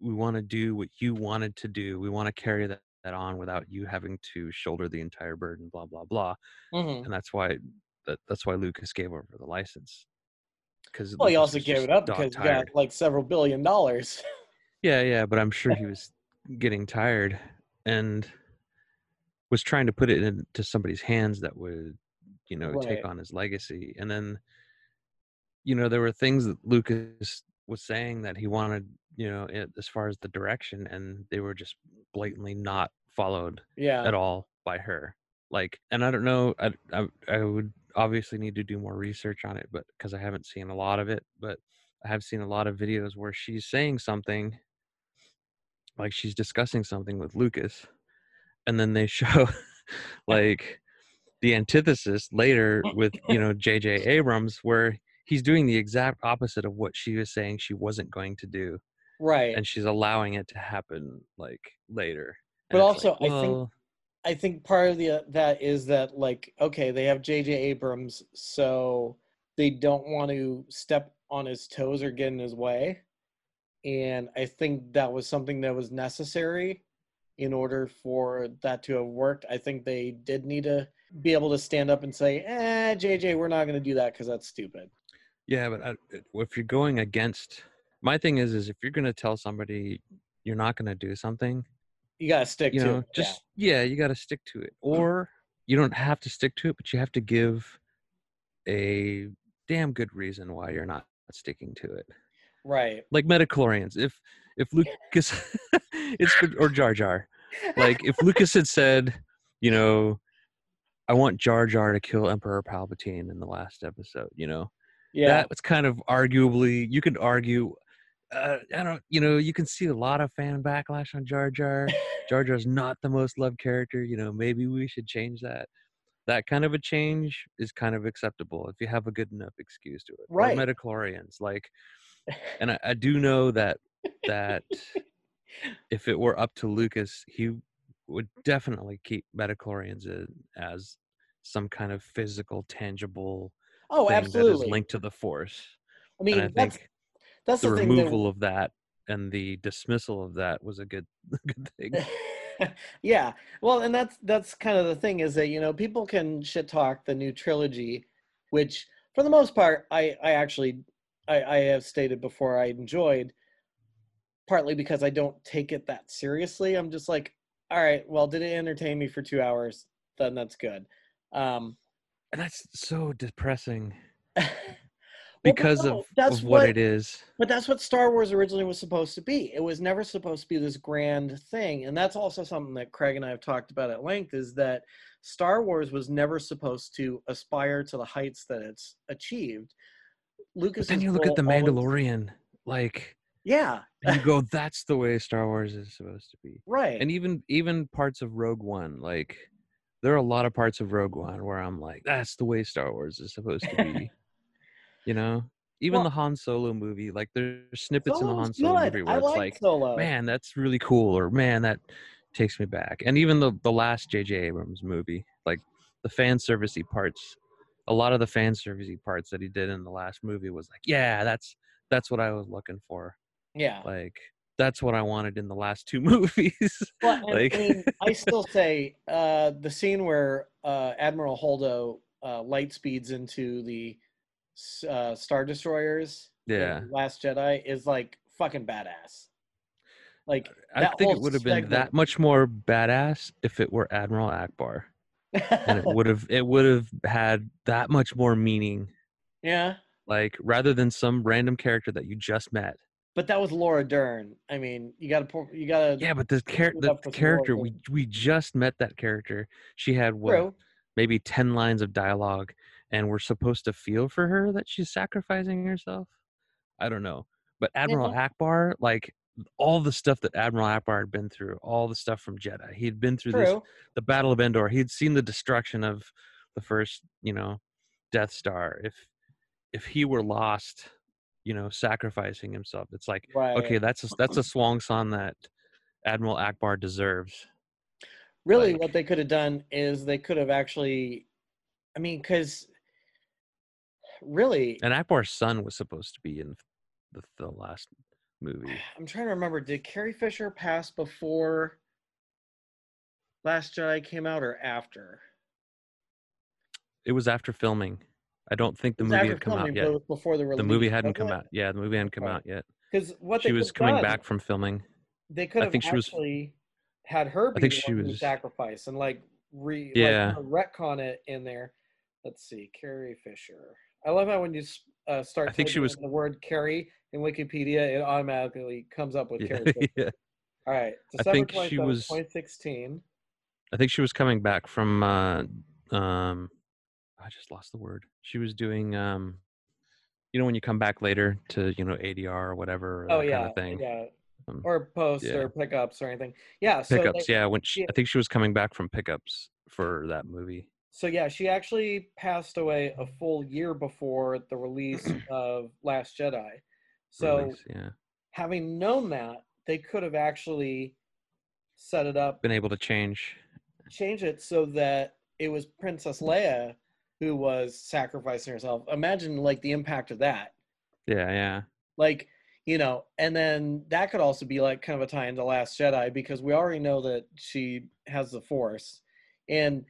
[SPEAKER 2] we want to do what you wanted to do. We want to carry that, that on without you having to shoulder the entire burden. Blah blah blah.
[SPEAKER 1] Mhm.
[SPEAKER 2] And that's why that, that's why Lucas gave over the license. Because
[SPEAKER 1] Well, he also gave it up because he got like several billion dollars. *laughs*
[SPEAKER 2] Yeah, yeah, but I'm sure he was getting tired and was trying to put it into somebody's hands that would, you know,
[SPEAKER 1] Right.
[SPEAKER 2] take on his legacy. And then, you know, there were things that Lucas was saying that he wanted, you know, it, as far as the direction, and they were just blatantly not followed
[SPEAKER 1] yeah.
[SPEAKER 2] at all by her. Like, and I don't know, I, I, I would obviously need to do more research on it, but because I haven't seen a lot of it, but I have seen a lot of videos where she's saying something, like she's discussing something with Lucas, and then
[SPEAKER 1] *laughs*
[SPEAKER 2] they *laughs* show like the antithesis later with, you know, JJ Abrams, where he's doing the exact opposite of what she was saying she wasn't going to do,
[SPEAKER 1] Right.
[SPEAKER 2] and she's allowing it to happen like later.
[SPEAKER 1] But
[SPEAKER 2] And it's like,
[SPEAKER 1] also, I think
[SPEAKER 2] well,
[SPEAKER 1] I think part of the uh, that is that like okay, they have JJ Abrams, so they don't want to step on his toes or get in his way. And I think that was something that was necessary in order for that to have worked. I think they did need to be able to stand up and say, "Eh, JJ, we're not going to do that cuz that's stupid."
[SPEAKER 2] Yeah, but I, it- if you're going against, my thing is, is if you're going to tell somebody you're not going to do something,
[SPEAKER 1] You got to stick
[SPEAKER 2] you
[SPEAKER 1] to
[SPEAKER 2] know,
[SPEAKER 1] it. Mm-hmm.
[SPEAKER 2] just yeah, you got to stick to it. Or you don't have to stick to it, but you have to give a damn good reason why you're not sticking to it.
[SPEAKER 1] Yeah. right.
[SPEAKER 2] Like Metachlorians, if if Lucas, *laughs* it's or Jar Jar, like if Lucas had said, you know, I want Jar Jar to kill Emperor Palpatine in the last episode. You know,
[SPEAKER 1] Yeah.
[SPEAKER 2] that was kind of arguably you could argue. Uh, I don't, you know, you can see a lot of fan backlash on
[SPEAKER 1] *laughs*
[SPEAKER 2] Jar Jar. Jar Jar's not the most loved character. You know, maybe we should change that. That kind of a change is kind of acceptable if you have a good enough excuse to it.
[SPEAKER 1] Right.
[SPEAKER 2] Like
[SPEAKER 1] *laughs*
[SPEAKER 2] Metachlorians, like, and I, I do know that that if it were up to Lucas, he would definitely keep Metachlorians in as some kind of physical, tangible
[SPEAKER 1] oh,
[SPEAKER 2] thing that
[SPEAKER 1] absolutely.
[SPEAKER 2] is linked to the Force.
[SPEAKER 1] I mean,
[SPEAKER 2] and I
[SPEAKER 1] that's
[SPEAKER 2] think
[SPEAKER 1] that's
[SPEAKER 2] the,
[SPEAKER 1] the, thing that
[SPEAKER 2] removal of that and the dismissal of that was a good, *laughs* good
[SPEAKER 1] *laughs*
[SPEAKER 2] thing.
[SPEAKER 1] yeah well and that's that's kind of the thing is that you know people can shit talk the new trilogy which for the most part i i actually i i have stated before i enjoyed partly because i don't take it that seriously i'm just like all right well did it entertain me for two hours then that's good um *laughs*
[SPEAKER 2] And that's so depressing
[SPEAKER 1] well, but
[SPEAKER 2] because
[SPEAKER 1] no,
[SPEAKER 2] of,
[SPEAKER 1] that's
[SPEAKER 2] of what, it is.
[SPEAKER 1] But that's what Star Wars originally was supposed to be. It was never supposed to be this grand thing. And that's also something that Craig and I have talked about at length is that Star Wars was never supposed to aspire to the heights that it's achieved. Lucas
[SPEAKER 2] But then you look at The Mandalorian,
[SPEAKER 1] *laughs*
[SPEAKER 2] like,
[SPEAKER 1] yeah,
[SPEAKER 2] and you go, that's the way Star Wars is supposed to be.
[SPEAKER 1] right.
[SPEAKER 2] and even even parts of rogue one like there are a lot of parts of rogue one where i'm like that's the way star wars is supposed
[SPEAKER 1] *laughs*
[SPEAKER 2] to be you know even
[SPEAKER 1] Well-
[SPEAKER 2] the han solo movie like there's snippets in the
[SPEAKER 1] Solo's
[SPEAKER 2] han solo
[SPEAKER 1] good.
[SPEAKER 2] movie where
[SPEAKER 1] I
[SPEAKER 2] it's
[SPEAKER 1] liked
[SPEAKER 2] like
[SPEAKER 1] Solo.
[SPEAKER 2] man that's really cool or man that takes me back and even the the last jj abrams movie like the fan servicey parts a lot of the fan servicey parts that he did in the last movie was like yeah that's that's what i was looking for
[SPEAKER 1] yeah.
[SPEAKER 2] like that's what i wanted in the last two *laughs* movies
[SPEAKER 1] Well,
[SPEAKER 2] *laughs*
[SPEAKER 1] and,
[SPEAKER 2] like-
[SPEAKER 1] I mean, I still say uh, the scene where uh, Admiral Holdo uh, light speeds into the s- uh, Star Destroyers, in
[SPEAKER 2] Yeah.
[SPEAKER 1] Last Jedi is like fucking badass. Like
[SPEAKER 2] I
[SPEAKER 1] That
[SPEAKER 2] think it
[SPEAKER 1] whole
[SPEAKER 2] would have been
[SPEAKER 1] segment-
[SPEAKER 2] that much more badass if it were Admiral Akbar, *laughs* and it would have it would have had that much more meaning.
[SPEAKER 1] *laughs* yeah,
[SPEAKER 2] Like rather than some random character that you just met.
[SPEAKER 1] but that was Laura Dern. I mean, you gotta pour, you gotta
[SPEAKER 2] Yeah, but this char-
[SPEAKER 1] Give it
[SPEAKER 2] the
[SPEAKER 1] up for some more
[SPEAKER 2] character we we just met that character. She had what
[SPEAKER 1] True.
[SPEAKER 2] maybe ten lines of dialogue, and we're supposed to feel for her that she's sacrificing herself. I don't know, but Admiral
[SPEAKER 1] Mm-hmm.
[SPEAKER 2] Akbar, like all the stuff that Admiral Akbar had been through, all the stuff from Jedi, he had been through this
[SPEAKER 1] True.
[SPEAKER 2] the Battle of Endor. He'd seen the destruction of the first, you know, Death Star. If if he were lost, you know, sacrificing himself, it's like
[SPEAKER 1] Right. *laughs*
[SPEAKER 2] okay, that's a, that's a swan song that Admiral Akbar deserves.
[SPEAKER 1] really
[SPEAKER 2] like-
[SPEAKER 1] what they could have done is they could have actually I mean, because really
[SPEAKER 2] And Akbar's son was supposed to be in the, the last
[SPEAKER 1] *sighs*
[SPEAKER 2] movie.
[SPEAKER 1] I'm trying to remember. Did Carrie Fisher pass before Last Jedi came out or after?
[SPEAKER 2] It was after filming. I don't think the
[SPEAKER 1] It was
[SPEAKER 2] movie
[SPEAKER 1] after
[SPEAKER 2] had come out
[SPEAKER 1] filming,
[SPEAKER 2] yet.
[SPEAKER 1] but it was Before the release,
[SPEAKER 2] The movie hadn't come out. Yeah, the movie hadn't come
[SPEAKER 1] Okay.
[SPEAKER 2] out yet.
[SPEAKER 1] Because what
[SPEAKER 2] She
[SPEAKER 1] they
[SPEAKER 2] was
[SPEAKER 1] could've
[SPEAKER 2] coming
[SPEAKER 1] done,
[SPEAKER 2] back from filming.
[SPEAKER 1] They could
[SPEAKER 2] I
[SPEAKER 1] have
[SPEAKER 2] think she was-
[SPEAKER 1] actually had her be
[SPEAKER 2] think
[SPEAKER 1] the
[SPEAKER 2] she
[SPEAKER 1] one who
[SPEAKER 2] was-
[SPEAKER 1] sacrifice and like re like,
[SPEAKER 2] Yeah.
[SPEAKER 1] kinda retcon it in there. Let's see, Carrie Fisher. I love how when you s- uh, start
[SPEAKER 2] I think she
[SPEAKER 1] typing
[SPEAKER 2] was-
[SPEAKER 1] in the word Carrie in Wikipedia, it automatically comes up *laughs* with
[SPEAKER 2] Yeah, *laughs*
[SPEAKER 1] Carrie. Fisher.
[SPEAKER 2] yeah.
[SPEAKER 1] All right,
[SPEAKER 2] I
[SPEAKER 1] December
[SPEAKER 2] think she
[SPEAKER 1] 27th,
[SPEAKER 2] was-
[SPEAKER 1] 2016.
[SPEAKER 2] I think she was coming back from uh um I just lost the word. She was doing um you know when you come back later to, you know, ADR or whatever or
[SPEAKER 1] oh
[SPEAKER 2] that
[SPEAKER 1] yeah,
[SPEAKER 2] kind of thing.
[SPEAKER 1] yeah,
[SPEAKER 2] Um,
[SPEAKER 1] or posts
[SPEAKER 2] yeah.
[SPEAKER 1] or pickups or anything. Yeah, so they-
[SPEAKER 2] Pickups, yeah. When she,
[SPEAKER 1] yeah.
[SPEAKER 2] I think she was coming back from pickups for that movie.
[SPEAKER 1] so yeah, she actually passed away a full year before the release
[SPEAKER 2] *clears throat*
[SPEAKER 1] of Last Jedi. So
[SPEAKER 2] release, yeah.
[SPEAKER 1] having known that, they could have actually set it up,
[SPEAKER 2] Been able to change.
[SPEAKER 1] change it so that it was Princess Leia who was sacrificing herself. Imagine like the impact of that.
[SPEAKER 2] Yeah, yeah.
[SPEAKER 1] like you know and then that could also be like kind of a tie into last jedi because we already know that she has the force and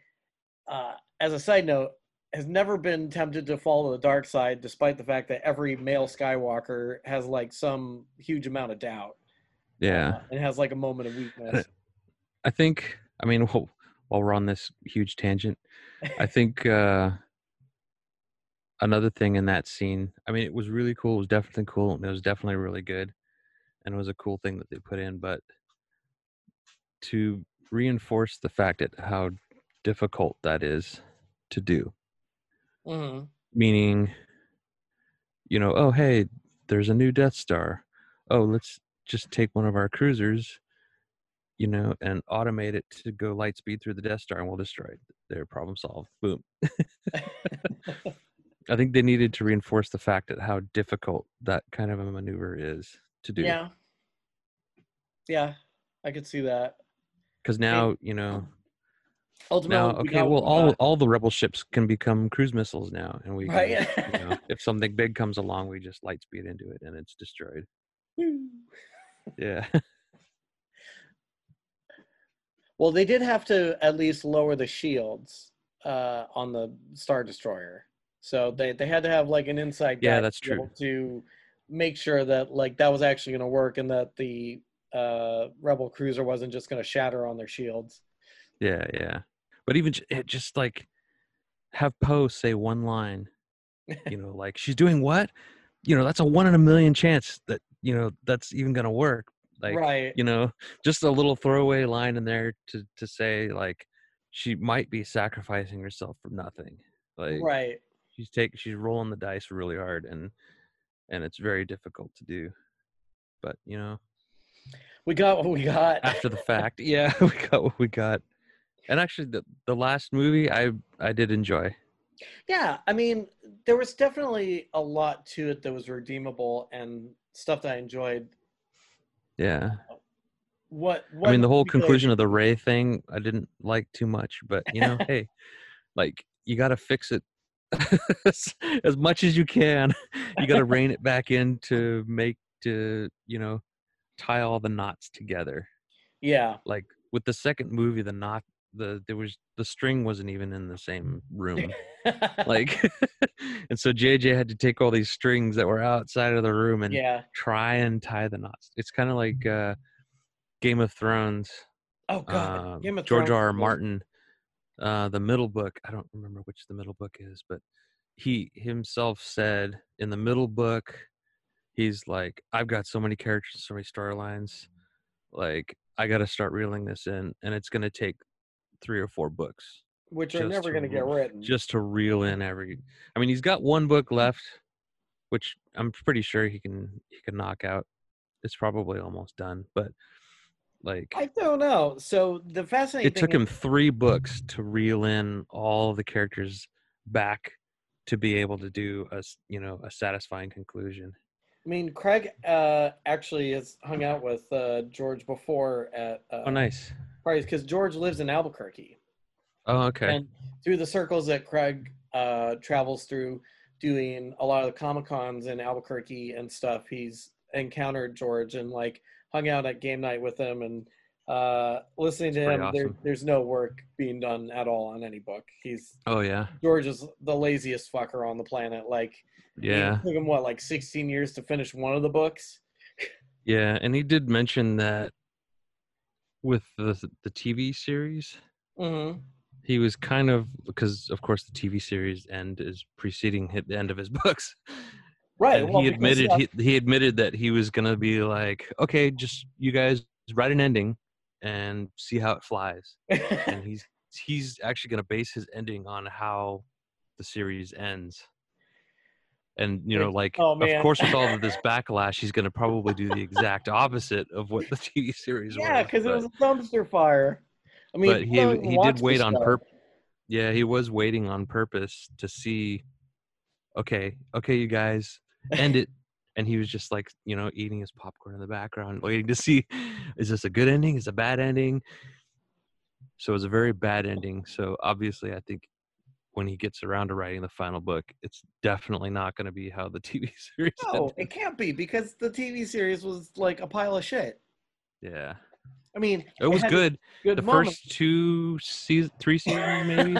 [SPEAKER 1] uh, as a side note has never been tempted to follow the dark side despite the fact that every male skywalker has like some huge amount of doubt
[SPEAKER 2] Yeah.
[SPEAKER 1] uh, and has like a moment of
[SPEAKER 2] *laughs*
[SPEAKER 1] weakness
[SPEAKER 2] I think I mean *laughs* while while we're on this huge tangent,
[SPEAKER 1] *laughs*
[SPEAKER 2] I think uh another thing in that scene, I mean it was really cool, it was definitely cool, and it was definitely really good. And it was a cool thing that they put in, but to reinforce the fact that how difficult that is to do.
[SPEAKER 1] Mm-hmm.
[SPEAKER 2] Meaning, you know, oh hey, there's a new Death Star. Oh, let's just take one of our cruisers, you know, and automate it to go light speed through the Death Star, and we'll destroy it. There, problem solved. Boom. I think they needed to reinforce the fact that how difficult that kind of a maneuver is to
[SPEAKER 1] *laughs*
[SPEAKER 2] do.
[SPEAKER 1] Yeah. Yeah, I could see that.
[SPEAKER 2] Because now, you know, now
[SPEAKER 1] Ultimately, we
[SPEAKER 2] okay,
[SPEAKER 1] got
[SPEAKER 2] well,
[SPEAKER 1] what we
[SPEAKER 2] all
[SPEAKER 1] got.
[SPEAKER 2] all the rebel ships can become cruise missiles now, and we, can,
[SPEAKER 1] uh, right. *laughs*
[SPEAKER 2] you know, if something big comes along, we just light speed into it, and it's destroyed.
[SPEAKER 1] Woo.
[SPEAKER 2] Yeah.
[SPEAKER 1] Well, they did have to at least lower the shields uh, on the Star Destroyer, so they they had to have like an inside
[SPEAKER 2] Yeah,
[SPEAKER 1] guy
[SPEAKER 2] that's
[SPEAKER 1] to be able
[SPEAKER 2] true.
[SPEAKER 1] to make sure that like that was actually going to work and that the uh, Rebel cruiser wasn't just going to shatter on their shields.
[SPEAKER 2] Yeah, yeah. But even j- it just like have Poe say
[SPEAKER 1] *laughs*
[SPEAKER 2] one line, you know, like she's doing what? You know, that's a one in a million chance that you know that's even gonna work. Like,
[SPEAKER 1] right.
[SPEAKER 2] you know, just a little throwaway line in there to to say like she might be sacrificing herself for nothing. Like,
[SPEAKER 1] right.
[SPEAKER 2] she's taking she's rolling the dice really hard, and and it's very difficult to do. But you know,
[SPEAKER 1] We got what we got.
[SPEAKER 2] *laughs* after the fact. Yeah, *laughs* we got what we got. And actually, the the last movie I I did enjoy.
[SPEAKER 1] yeah, I mean, there was definitely a lot to it that was redeemable and stuff that I enjoyed.
[SPEAKER 2] Yeah,
[SPEAKER 1] What? what
[SPEAKER 2] I mean the whole
[SPEAKER 1] particular-
[SPEAKER 2] conclusion of the Ray thing I didn't like too much, but you know, hey, like you got to fix it *laughs* as, as much as you can. *laughs* You got to rein it back in to make to you know tie all the knots together.
[SPEAKER 1] Yeah.
[SPEAKER 2] Like with the second movie, the knot the there was the string wasn't even in the same room. *laughs* like *laughs* and so jj had to take all these strings that were outside of the room
[SPEAKER 1] *laughs*
[SPEAKER 2] and
[SPEAKER 1] yeah.
[SPEAKER 2] try and tie the knots it's kind of like uh game of thrones
[SPEAKER 1] Oh God,
[SPEAKER 2] um,
[SPEAKER 1] Game of
[SPEAKER 2] george
[SPEAKER 1] Thrones
[SPEAKER 2] r r
[SPEAKER 1] was-
[SPEAKER 2] martin uh the middle book i don't remember which the middle book is but he himself said in the middle book he's like i've got so many characters so many storylines like i gotta start reeling this in and it's gonna take three or four books
[SPEAKER 1] which are
[SPEAKER 2] just
[SPEAKER 1] never
[SPEAKER 2] to
[SPEAKER 1] going to get
[SPEAKER 2] re-
[SPEAKER 1] written.
[SPEAKER 2] just to reel in every i mean he's got one book
[SPEAKER 1] Mm.
[SPEAKER 2] left which i'm pretty sure he can he can knock out it's probably almost done but like
[SPEAKER 1] I don't know. So the fascinating
[SPEAKER 2] it took
[SPEAKER 1] thing
[SPEAKER 2] him three books to reel in all the characters back to be able to do a s- you know a satisfying conclusion
[SPEAKER 1] I mean, Craig uh, actually has hung out with uh, George before at uh,
[SPEAKER 2] oh nice
[SPEAKER 1] parties because George lives in Albuquerque,
[SPEAKER 2] oh okay
[SPEAKER 1] and through the circles that Craig uh, travels through, doing a lot of the comic cons in Albuquerque and stuff, he's encountered George and like hung out at game night with him and uh listening to
[SPEAKER 2] That's
[SPEAKER 1] him
[SPEAKER 2] pretty
[SPEAKER 1] there,
[SPEAKER 2] awesome.
[SPEAKER 1] there's no work being done at all on any book he's
[SPEAKER 2] oh yeah
[SPEAKER 1] George is the laziest fucker on the planet. Like,
[SPEAKER 2] yeah
[SPEAKER 1] it took him what, like 16 years to finish one of the books.
[SPEAKER 2] yeah and he did mention that with the the tv series
[SPEAKER 1] Mm-hmm.
[SPEAKER 2] he was kind of because of course the tv series end is preceding hit the end of his *laughs* books
[SPEAKER 1] Right.
[SPEAKER 2] and
[SPEAKER 1] well,
[SPEAKER 2] he
[SPEAKER 1] because, uh
[SPEAKER 2] admitted
[SPEAKER 1] yeah,
[SPEAKER 2] he, he admitted that he was gonna be like okay just you guys write an ending and see how it flies *laughs* and he's he's actually gonna base his ending on how the series ends and you know
[SPEAKER 1] Which-
[SPEAKER 2] like
[SPEAKER 1] oh,
[SPEAKER 2] of
[SPEAKER 1] man.
[SPEAKER 2] course with all
[SPEAKER 1] *laughs*
[SPEAKER 2] of this backlash he's gonna probably do the exact opposite of what the tv series
[SPEAKER 1] yeah,
[SPEAKER 2] was
[SPEAKER 1] because it
[SPEAKER 2] but-
[SPEAKER 1] was a dumpster fire. I mean,
[SPEAKER 2] but
[SPEAKER 1] people
[SPEAKER 2] he
[SPEAKER 1] don't even
[SPEAKER 2] he
[SPEAKER 1] watch
[SPEAKER 2] did
[SPEAKER 1] the
[SPEAKER 2] wait on
[SPEAKER 1] show.
[SPEAKER 2] purpose. Yeah, he was waiting on purpose to see. Okay, okay, you guys,
[SPEAKER 1] *laughs*
[SPEAKER 2] end it. And he was just like, you know, eating his popcorn in the background, waiting to see, is this a good ending? Is it a bad ending? So it was a very bad ending. So obviously, I think when he gets around to writing the final book, it's definitely not going to be how the *laughs* TV series.
[SPEAKER 1] No,
[SPEAKER 2] ended.
[SPEAKER 1] it can't be because the TV series was like a pile of shit.
[SPEAKER 2] Yeah,
[SPEAKER 1] I mean,
[SPEAKER 2] it was
[SPEAKER 1] had
[SPEAKER 2] good.
[SPEAKER 1] Good
[SPEAKER 2] the
[SPEAKER 1] moments.
[SPEAKER 2] first two season, three
[SPEAKER 1] *laughs*
[SPEAKER 2] seasons maybe.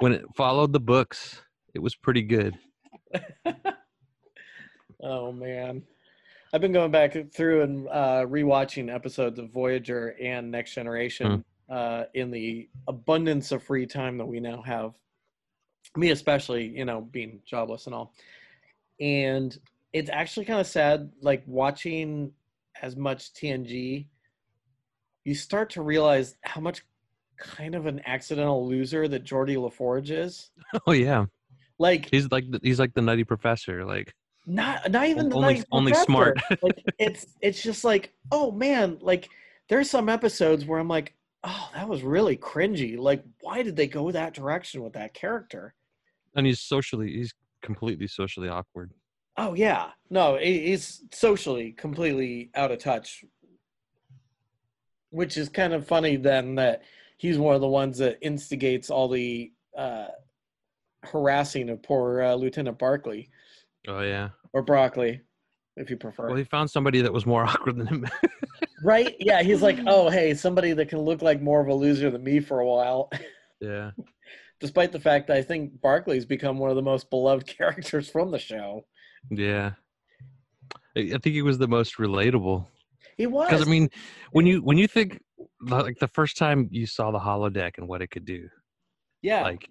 [SPEAKER 2] when it followed the books, it was pretty good. *laughs*
[SPEAKER 1] Oh man, I've been going back through and uh, rewatching episodes of Voyager and Next Generation uh, in the abundance of free time that we now have. Me especially, you know, being jobless and all, and it's actually kind of sad. Like watching as much TNG, you start to realize how much kind of an accidental loser that Jordy LaForge is.
[SPEAKER 2] Oh yeah,
[SPEAKER 1] Like
[SPEAKER 2] he's like the, he's like the nutty professor. Like
[SPEAKER 1] not not even the
[SPEAKER 2] only-
[SPEAKER 1] nice
[SPEAKER 2] only
[SPEAKER 1] professor.
[SPEAKER 2] smart. *laughs*
[SPEAKER 1] like it's it's just like oh man like there's some episodes where i'm like oh that was really cringy like why did they go that direction with that character
[SPEAKER 2] and he's socially he's completely socially awkward.
[SPEAKER 1] oh yeah no he- he's socially completely out of touch which is kind of funny then that he's one of the ones that instigates all the uh harassing of poor uh, lieutenant barkley
[SPEAKER 2] Oh yeah.
[SPEAKER 1] or broccoli if you prefer
[SPEAKER 2] Well, he found somebody that was more *laughs* awkward than him.
[SPEAKER 1] Right? Yeah, he's like, oh, hey, somebody that can look like more of a loser than me for a while, *laughs*
[SPEAKER 2] yeah.
[SPEAKER 1] despite the fact that I think Barkley's become one of the most beloved *laughs* characters from the show.
[SPEAKER 2] Yeah. I I think he was the most relatable
[SPEAKER 1] He was.
[SPEAKER 2] because I mean, when you when you think like the first time you saw the holodeck and what it could do,
[SPEAKER 1] yeah,
[SPEAKER 2] like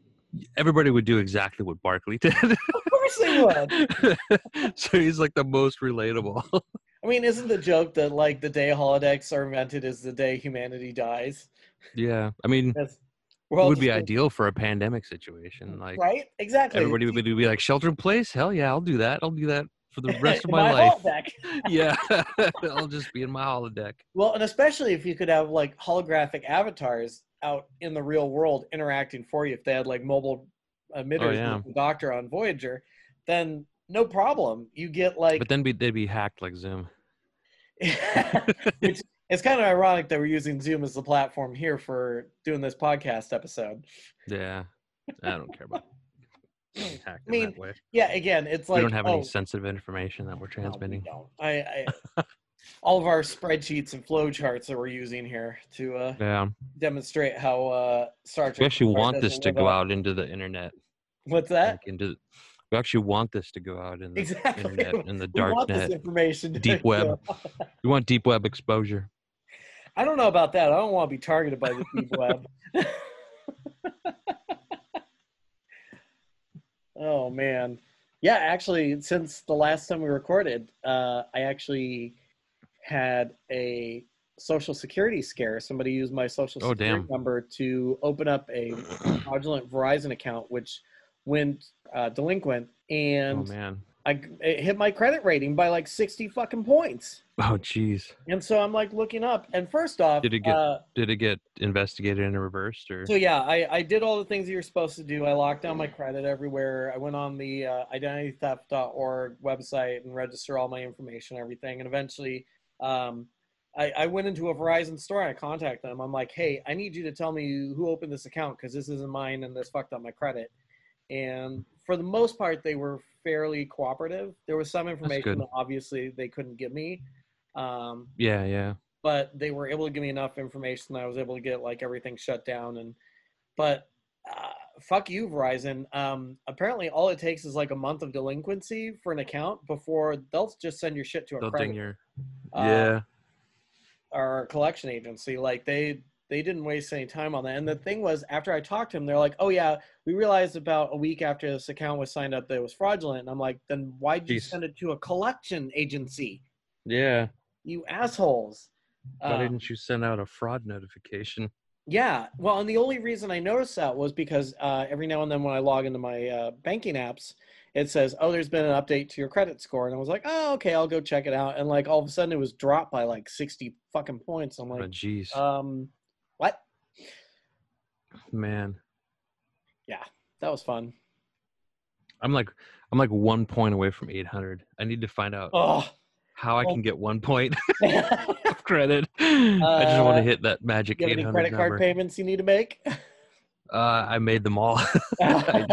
[SPEAKER 2] everybody would do exactly what Barkley *laughs* did.
[SPEAKER 1] of course he would.
[SPEAKER 2] *laughs* so he's like the most relatable. *laughs*
[SPEAKER 1] I mean, isn't the joke that, like, the day holodecks are invented is the day humanity dies?
[SPEAKER 2] yeah, I mean, it
[SPEAKER 1] That's, we're all
[SPEAKER 2] would be
[SPEAKER 1] just-
[SPEAKER 2] ideal for a pandemic situation. Like
[SPEAKER 1] right? Exactly.
[SPEAKER 2] everybody would be, be like shelter in place. Hell yeah, I'll do that. I'll do that for the
[SPEAKER 1] *laughs*
[SPEAKER 2] rest of
[SPEAKER 1] In
[SPEAKER 2] my, life.
[SPEAKER 1] holodeck.
[SPEAKER 2] *laughs* yeah, I'll just be in my holodeck.
[SPEAKER 1] Well, and especially if you could have, like, holographic avatars out in the real world interacting for you, if they had, like, mobile emitters
[SPEAKER 2] Oh, yeah.
[SPEAKER 1] with the doctor on Voyager, then no problem. You get, like,
[SPEAKER 2] But then be, they'd be hacked like Zoom.
[SPEAKER 1] *laughs*
[SPEAKER 2] *laughs*
[SPEAKER 1] it's, it's kind of ironic that we're using Zoom as the platform here for doing this podcast episode.
[SPEAKER 2] Yeah, I don't
[SPEAKER 1] *laughs*
[SPEAKER 2] care about. being hacked in
[SPEAKER 1] mean,
[SPEAKER 2] that way.
[SPEAKER 1] Yeah, again, it's
[SPEAKER 2] we
[SPEAKER 1] like
[SPEAKER 2] don't have
[SPEAKER 1] oh,
[SPEAKER 2] any sensitive information that we're
[SPEAKER 1] no, we
[SPEAKER 2] transmitting.
[SPEAKER 1] don't. I, I
[SPEAKER 2] *laughs*
[SPEAKER 1] all of our spreadsheets and flow charts that we're using here to uh,
[SPEAKER 2] yeah,
[SPEAKER 1] demonstrate how uh, Star Trek.
[SPEAKER 2] we actually
[SPEAKER 1] Picard
[SPEAKER 2] want
[SPEAKER 1] doesn't
[SPEAKER 2] this to
[SPEAKER 1] live
[SPEAKER 2] go
[SPEAKER 1] up-
[SPEAKER 2] out into the internet.
[SPEAKER 1] What's that?
[SPEAKER 2] Like into, we actually want this to go out in the
[SPEAKER 1] Exactly.
[SPEAKER 2] internet, in the
[SPEAKER 1] *laughs* We
[SPEAKER 2] dark
[SPEAKER 1] want this
[SPEAKER 2] net.
[SPEAKER 1] information. *laughs* to
[SPEAKER 2] deep
[SPEAKER 1] go
[SPEAKER 2] web.
[SPEAKER 1] out.
[SPEAKER 2] We want deep web exposure.
[SPEAKER 1] I don't know about that. I don't want to be targeted by the deep
[SPEAKER 2] *laughs*
[SPEAKER 1] web. oh man, yeah. Actually, since the last time we recorded, uh, I actually had a social security scare. Somebody used my social
[SPEAKER 2] Oh,
[SPEAKER 1] security
[SPEAKER 2] damn.
[SPEAKER 1] number to open up
[SPEAKER 2] *clears throat*
[SPEAKER 1] a fraudulent Verizon account, which went uh, delinquent,
[SPEAKER 2] Oh
[SPEAKER 1] and
[SPEAKER 2] man.
[SPEAKER 1] I it hit my credit rating by like sixty fucking points.
[SPEAKER 2] Oh jeez.
[SPEAKER 1] And so I'm like looking up, and first off,
[SPEAKER 2] Did it get-
[SPEAKER 1] uh,
[SPEAKER 2] Did it get investigated and reversed or?
[SPEAKER 1] so yeah, I, I did all the things that you're supposed to do. I locked down my credit everywhere. I went on the uh, identitytheft.org website and registered all my information, everything. And eventually, um, I, I went into a Verizon store and I contacted them. I'm like, hey, I need you to tell me who opened this account because this isn't mine and this fucked up my credit. And for the most part, they were fairly cooperative. There was some information
[SPEAKER 2] good.
[SPEAKER 1] that obviously they couldn't give me. Um,
[SPEAKER 2] Yeah, yeah.
[SPEAKER 1] but they were able to give me enough information that I was able to get like everything shut down and but uh, fuck you Verizon um apparently all it takes is like a month of delinquency for an account before they'll just send your shit to a
[SPEAKER 2] They'll ding
[SPEAKER 1] credit
[SPEAKER 2] your.
[SPEAKER 1] uh,
[SPEAKER 2] yeah.
[SPEAKER 1] or a collection agency like they they didn't waste any time on that and the thing was after I talked to him they're like oh yeah we realized about a week after this account was signed up that it was fraudulent and I'm like then why would you
[SPEAKER 2] Jeez.
[SPEAKER 1] send it to a collection agency
[SPEAKER 2] Yeah.
[SPEAKER 1] you assholes
[SPEAKER 2] Why
[SPEAKER 1] Uh,
[SPEAKER 2] didn't you send out a fraud notification?
[SPEAKER 1] Yeah, well, and the only reason I noticed that was because uh, every now and then when I log into my uh, banking apps, it says, "Oh, there's been an update to your credit score," and I was like, "Oh, okay, I'll go check it out." And like all of a sudden, it was dropped by like sixty fucking points. I'm
[SPEAKER 2] Oh
[SPEAKER 1] like,
[SPEAKER 2] jeez,
[SPEAKER 1] um, what?
[SPEAKER 2] man.
[SPEAKER 1] That was fun.
[SPEAKER 2] I'm like, I'm like one point away from 800. I need to find out
[SPEAKER 1] *laughs*
[SPEAKER 2] *laughs*
[SPEAKER 1] Oh,
[SPEAKER 2] how I
[SPEAKER 1] well-
[SPEAKER 2] can get one point *laughs*
[SPEAKER 1] you have
[SPEAKER 2] of credit. I just
[SPEAKER 1] Uh,
[SPEAKER 2] want to hit that magic
[SPEAKER 1] any
[SPEAKER 2] 800
[SPEAKER 1] credit card
[SPEAKER 2] number.
[SPEAKER 1] payments you need to
[SPEAKER 2] *laughs*
[SPEAKER 1] make?
[SPEAKER 2] uh, I made them all. *laughs*
[SPEAKER 1] *laughs*
[SPEAKER 2] I,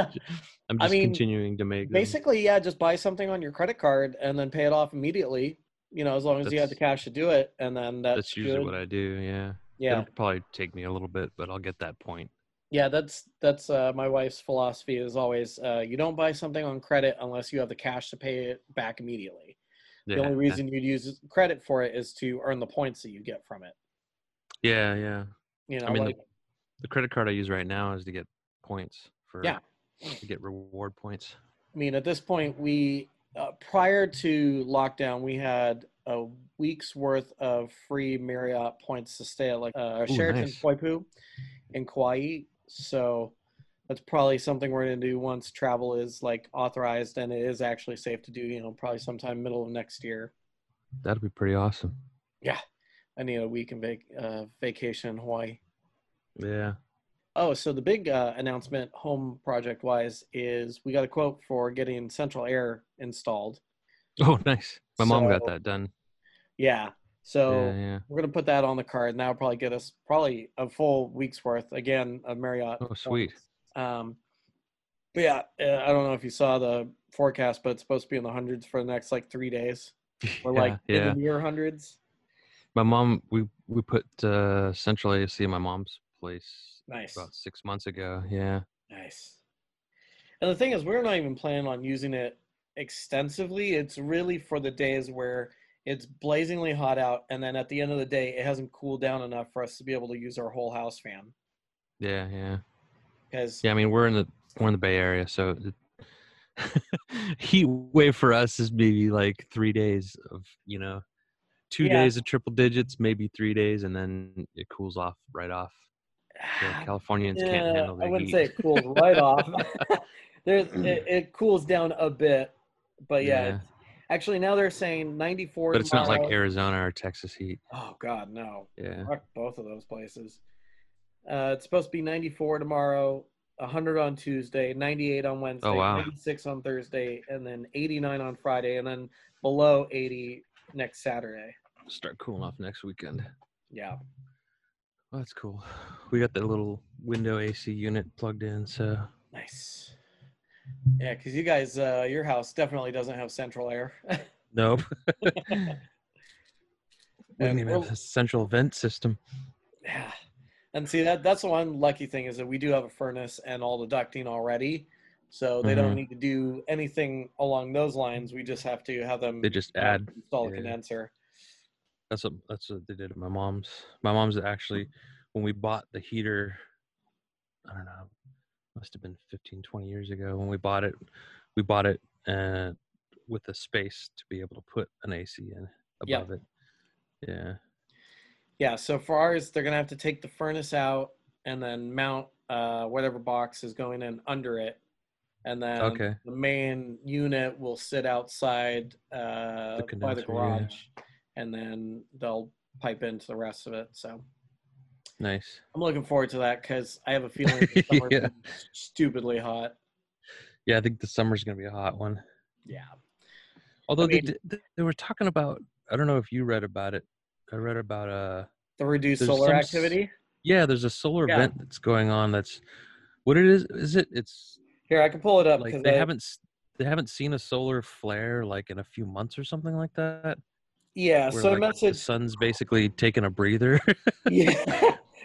[SPEAKER 2] am
[SPEAKER 1] I
[SPEAKER 2] just
[SPEAKER 1] mean,
[SPEAKER 2] continuing to make them.
[SPEAKER 1] Basically, yeah, just buy something on your credit card and then pay it off immediately. You know, as long as you have the cash to do it, and then that's,
[SPEAKER 2] That's usually
[SPEAKER 1] good.
[SPEAKER 2] what I do. Yeah.
[SPEAKER 1] yeah.
[SPEAKER 2] It'll probably take me a little bit, but I'll get that point.
[SPEAKER 1] Yeah, that's that's uh, my wife's philosophy is always uh, you don't buy something on credit unless you have the cash to pay it back immediately.
[SPEAKER 2] Yeah.
[SPEAKER 1] The only reason you'd use credit for it is to earn the points that you get from it.
[SPEAKER 2] Yeah, yeah.
[SPEAKER 1] You know,
[SPEAKER 2] I mean,
[SPEAKER 1] like,
[SPEAKER 2] The credit card I use right now is to get points for.
[SPEAKER 1] Yeah.
[SPEAKER 2] To get reward points.
[SPEAKER 1] I mean, at this point, we uh, prior to lockdown, we had a week's worth of free Marriott points to stay at like uh,
[SPEAKER 2] Ooh,
[SPEAKER 1] Sheraton
[SPEAKER 2] nice.
[SPEAKER 1] Koipu in Kauai. So that's probably something we're going to do once travel is like authorized and it is actually safe to do. You know, probably sometime middle of next year.
[SPEAKER 2] That'd be pretty awesome.
[SPEAKER 1] I need a week in vac- uh, vacation in Hawaii.
[SPEAKER 2] Yeah.
[SPEAKER 1] Oh, so the big uh, announcement, home project wise, is we got a quote for getting central air installed.
[SPEAKER 2] *laughs* Oh, nice. My mom got
[SPEAKER 1] So-
[SPEAKER 2] that done.
[SPEAKER 1] Yeah. So
[SPEAKER 2] yeah, yeah.
[SPEAKER 1] we're gonna put that on the card, and that'll probably get us probably a full week's worth again of Marriott.
[SPEAKER 2] Oh, sweet.
[SPEAKER 1] Um, but yeah, uh, I don't know if you saw the forecast, but it's supposed to be in the hundreds for the next like three days. We're
[SPEAKER 2] *laughs* yeah,
[SPEAKER 1] like in
[SPEAKER 2] yeah.
[SPEAKER 1] the near hundreds.
[SPEAKER 2] My mom, we we put uh, central AC in my mom's place
[SPEAKER 1] Nice,
[SPEAKER 2] about six months ago. Yeah.
[SPEAKER 1] nice. And the thing is, we're not even planning on using it extensively. It's really for the days where it's blazingly hot out, and then at the end of the day, it hasn't cooled down enough for us to be able to use our whole house fan.
[SPEAKER 2] Yeah, yeah.
[SPEAKER 1] Because *sighs*
[SPEAKER 2] Yeah, I mean we're in the we're in the Bay Area, so it- *laughs* heat wave for us is maybe like three days of you know, two
[SPEAKER 1] Yeah.
[SPEAKER 2] days of triple digits, maybe three days, and then it cools off right off. Yeah, Californians can't handle the
[SPEAKER 1] I wouldn't
[SPEAKER 2] heat.
[SPEAKER 1] say it cools right
[SPEAKER 2] *laughs*
[SPEAKER 1] off. *laughs* There's it, it cools down a bit, but yeah.
[SPEAKER 2] Yeah.
[SPEAKER 1] it's- Actually, now they're saying 94.
[SPEAKER 2] but it's not like
[SPEAKER 1] tomorrow.
[SPEAKER 2] Arizona or Texas heat.
[SPEAKER 1] Oh God, no!
[SPEAKER 2] Yeah.
[SPEAKER 1] Fuck both of those places. Uh, it's supposed to be 94 tomorrow, 100 on Tuesday, 98 on Wednesday,
[SPEAKER 2] Oh, wow.
[SPEAKER 1] 96 on Thursday, and then 89 on Friday, and then below 80 next Saturday.
[SPEAKER 2] Start cooling off next weekend.
[SPEAKER 1] Yeah,
[SPEAKER 2] Well, that's cool. We got that little window AC unit plugged in, so
[SPEAKER 1] nice. Yeah, because you guys, uh, your house definitely doesn't have central air.
[SPEAKER 2] nope.
[SPEAKER 1] *laughs*
[SPEAKER 2] *laughs* we
[SPEAKER 1] And
[SPEAKER 2] didn't even
[SPEAKER 1] we'll-
[SPEAKER 2] have a central vent system.
[SPEAKER 1] Yeah. And see that that's the one lucky thing is that we do have a furnace and all the ducting already. So they don't
[SPEAKER 2] Mhm.
[SPEAKER 1] need to do anything along those lines. We just have to have them
[SPEAKER 2] They just
[SPEAKER 1] uh,
[SPEAKER 2] add
[SPEAKER 1] install a
[SPEAKER 2] yeah.
[SPEAKER 1] condenser.
[SPEAKER 2] That's what that's what they did at my mom's. My mom's actually when we bought the heater, I don't know, must have been 15, 20 years ago when we bought it. We bought it uh, with a space to be able to put an AC in
[SPEAKER 1] Yeah.
[SPEAKER 2] above it. Yeah.
[SPEAKER 1] Yeah, so for ours they're gonna have to take the furnace out and then mount uh, whatever box is going in under it. And then
[SPEAKER 2] Okay.
[SPEAKER 1] the main unit will sit outside uh, by the
[SPEAKER 2] condenser, yeah.
[SPEAKER 1] garage and then they'll pipe into the rest of it. So
[SPEAKER 2] Nice.
[SPEAKER 1] I'm looking forward to that because I have a
[SPEAKER 2] *laughs*
[SPEAKER 1] feeling the summer's
[SPEAKER 2] Yeah.
[SPEAKER 1] gonna be stupidly hot.
[SPEAKER 2] Yeah, I think the summer's gonna be a hot one.
[SPEAKER 1] Yeah.
[SPEAKER 2] Although
[SPEAKER 1] mean-
[SPEAKER 2] they, did, they were talking about, I don't know if you read about it. I read about uh
[SPEAKER 1] The reduced
[SPEAKER 2] There's
[SPEAKER 1] solar
[SPEAKER 2] some s-
[SPEAKER 1] activity.
[SPEAKER 2] yeah, there's a solar
[SPEAKER 1] Yeah.
[SPEAKER 2] event that's going on. That's what it is. Is it? It's
[SPEAKER 1] Here, I can pull it up because
[SPEAKER 2] like they haven't s- they haven't seen a solar flare like in a few months or something like that.
[SPEAKER 1] Yeah.
[SPEAKER 2] where,
[SPEAKER 1] So
[SPEAKER 2] like, the
[SPEAKER 1] message.
[SPEAKER 2] sun's basically taking a breather,
[SPEAKER 1] *laughs*
[SPEAKER 2] *laughs*
[SPEAKER 1] Yeah.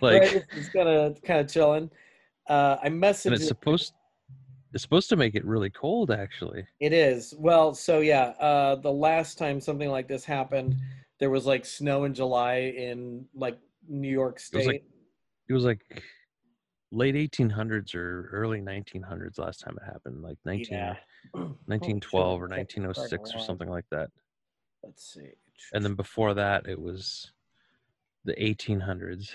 [SPEAKER 2] like,
[SPEAKER 1] right, it's- it's gonna kind of chilling. Uh, I
[SPEAKER 2] and
[SPEAKER 1] messaged.
[SPEAKER 2] it's supposed it's supposed to make it really cold actually.
[SPEAKER 1] It is well. So yeah. Uh, the last time something like this happened, there was like snow in July in like New York
[SPEAKER 2] was,
[SPEAKER 1] State.
[SPEAKER 2] like, It was like late 1800s or early 1900s last time it happened, like 19
[SPEAKER 1] yeah. Oh,
[SPEAKER 2] 1912 or
[SPEAKER 1] Fucking
[SPEAKER 2] 1906 or
[SPEAKER 1] wrong.
[SPEAKER 2] something like that.
[SPEAKER 1] Let's see.
[SPEAKER 2] And then before that, it was the 1800s.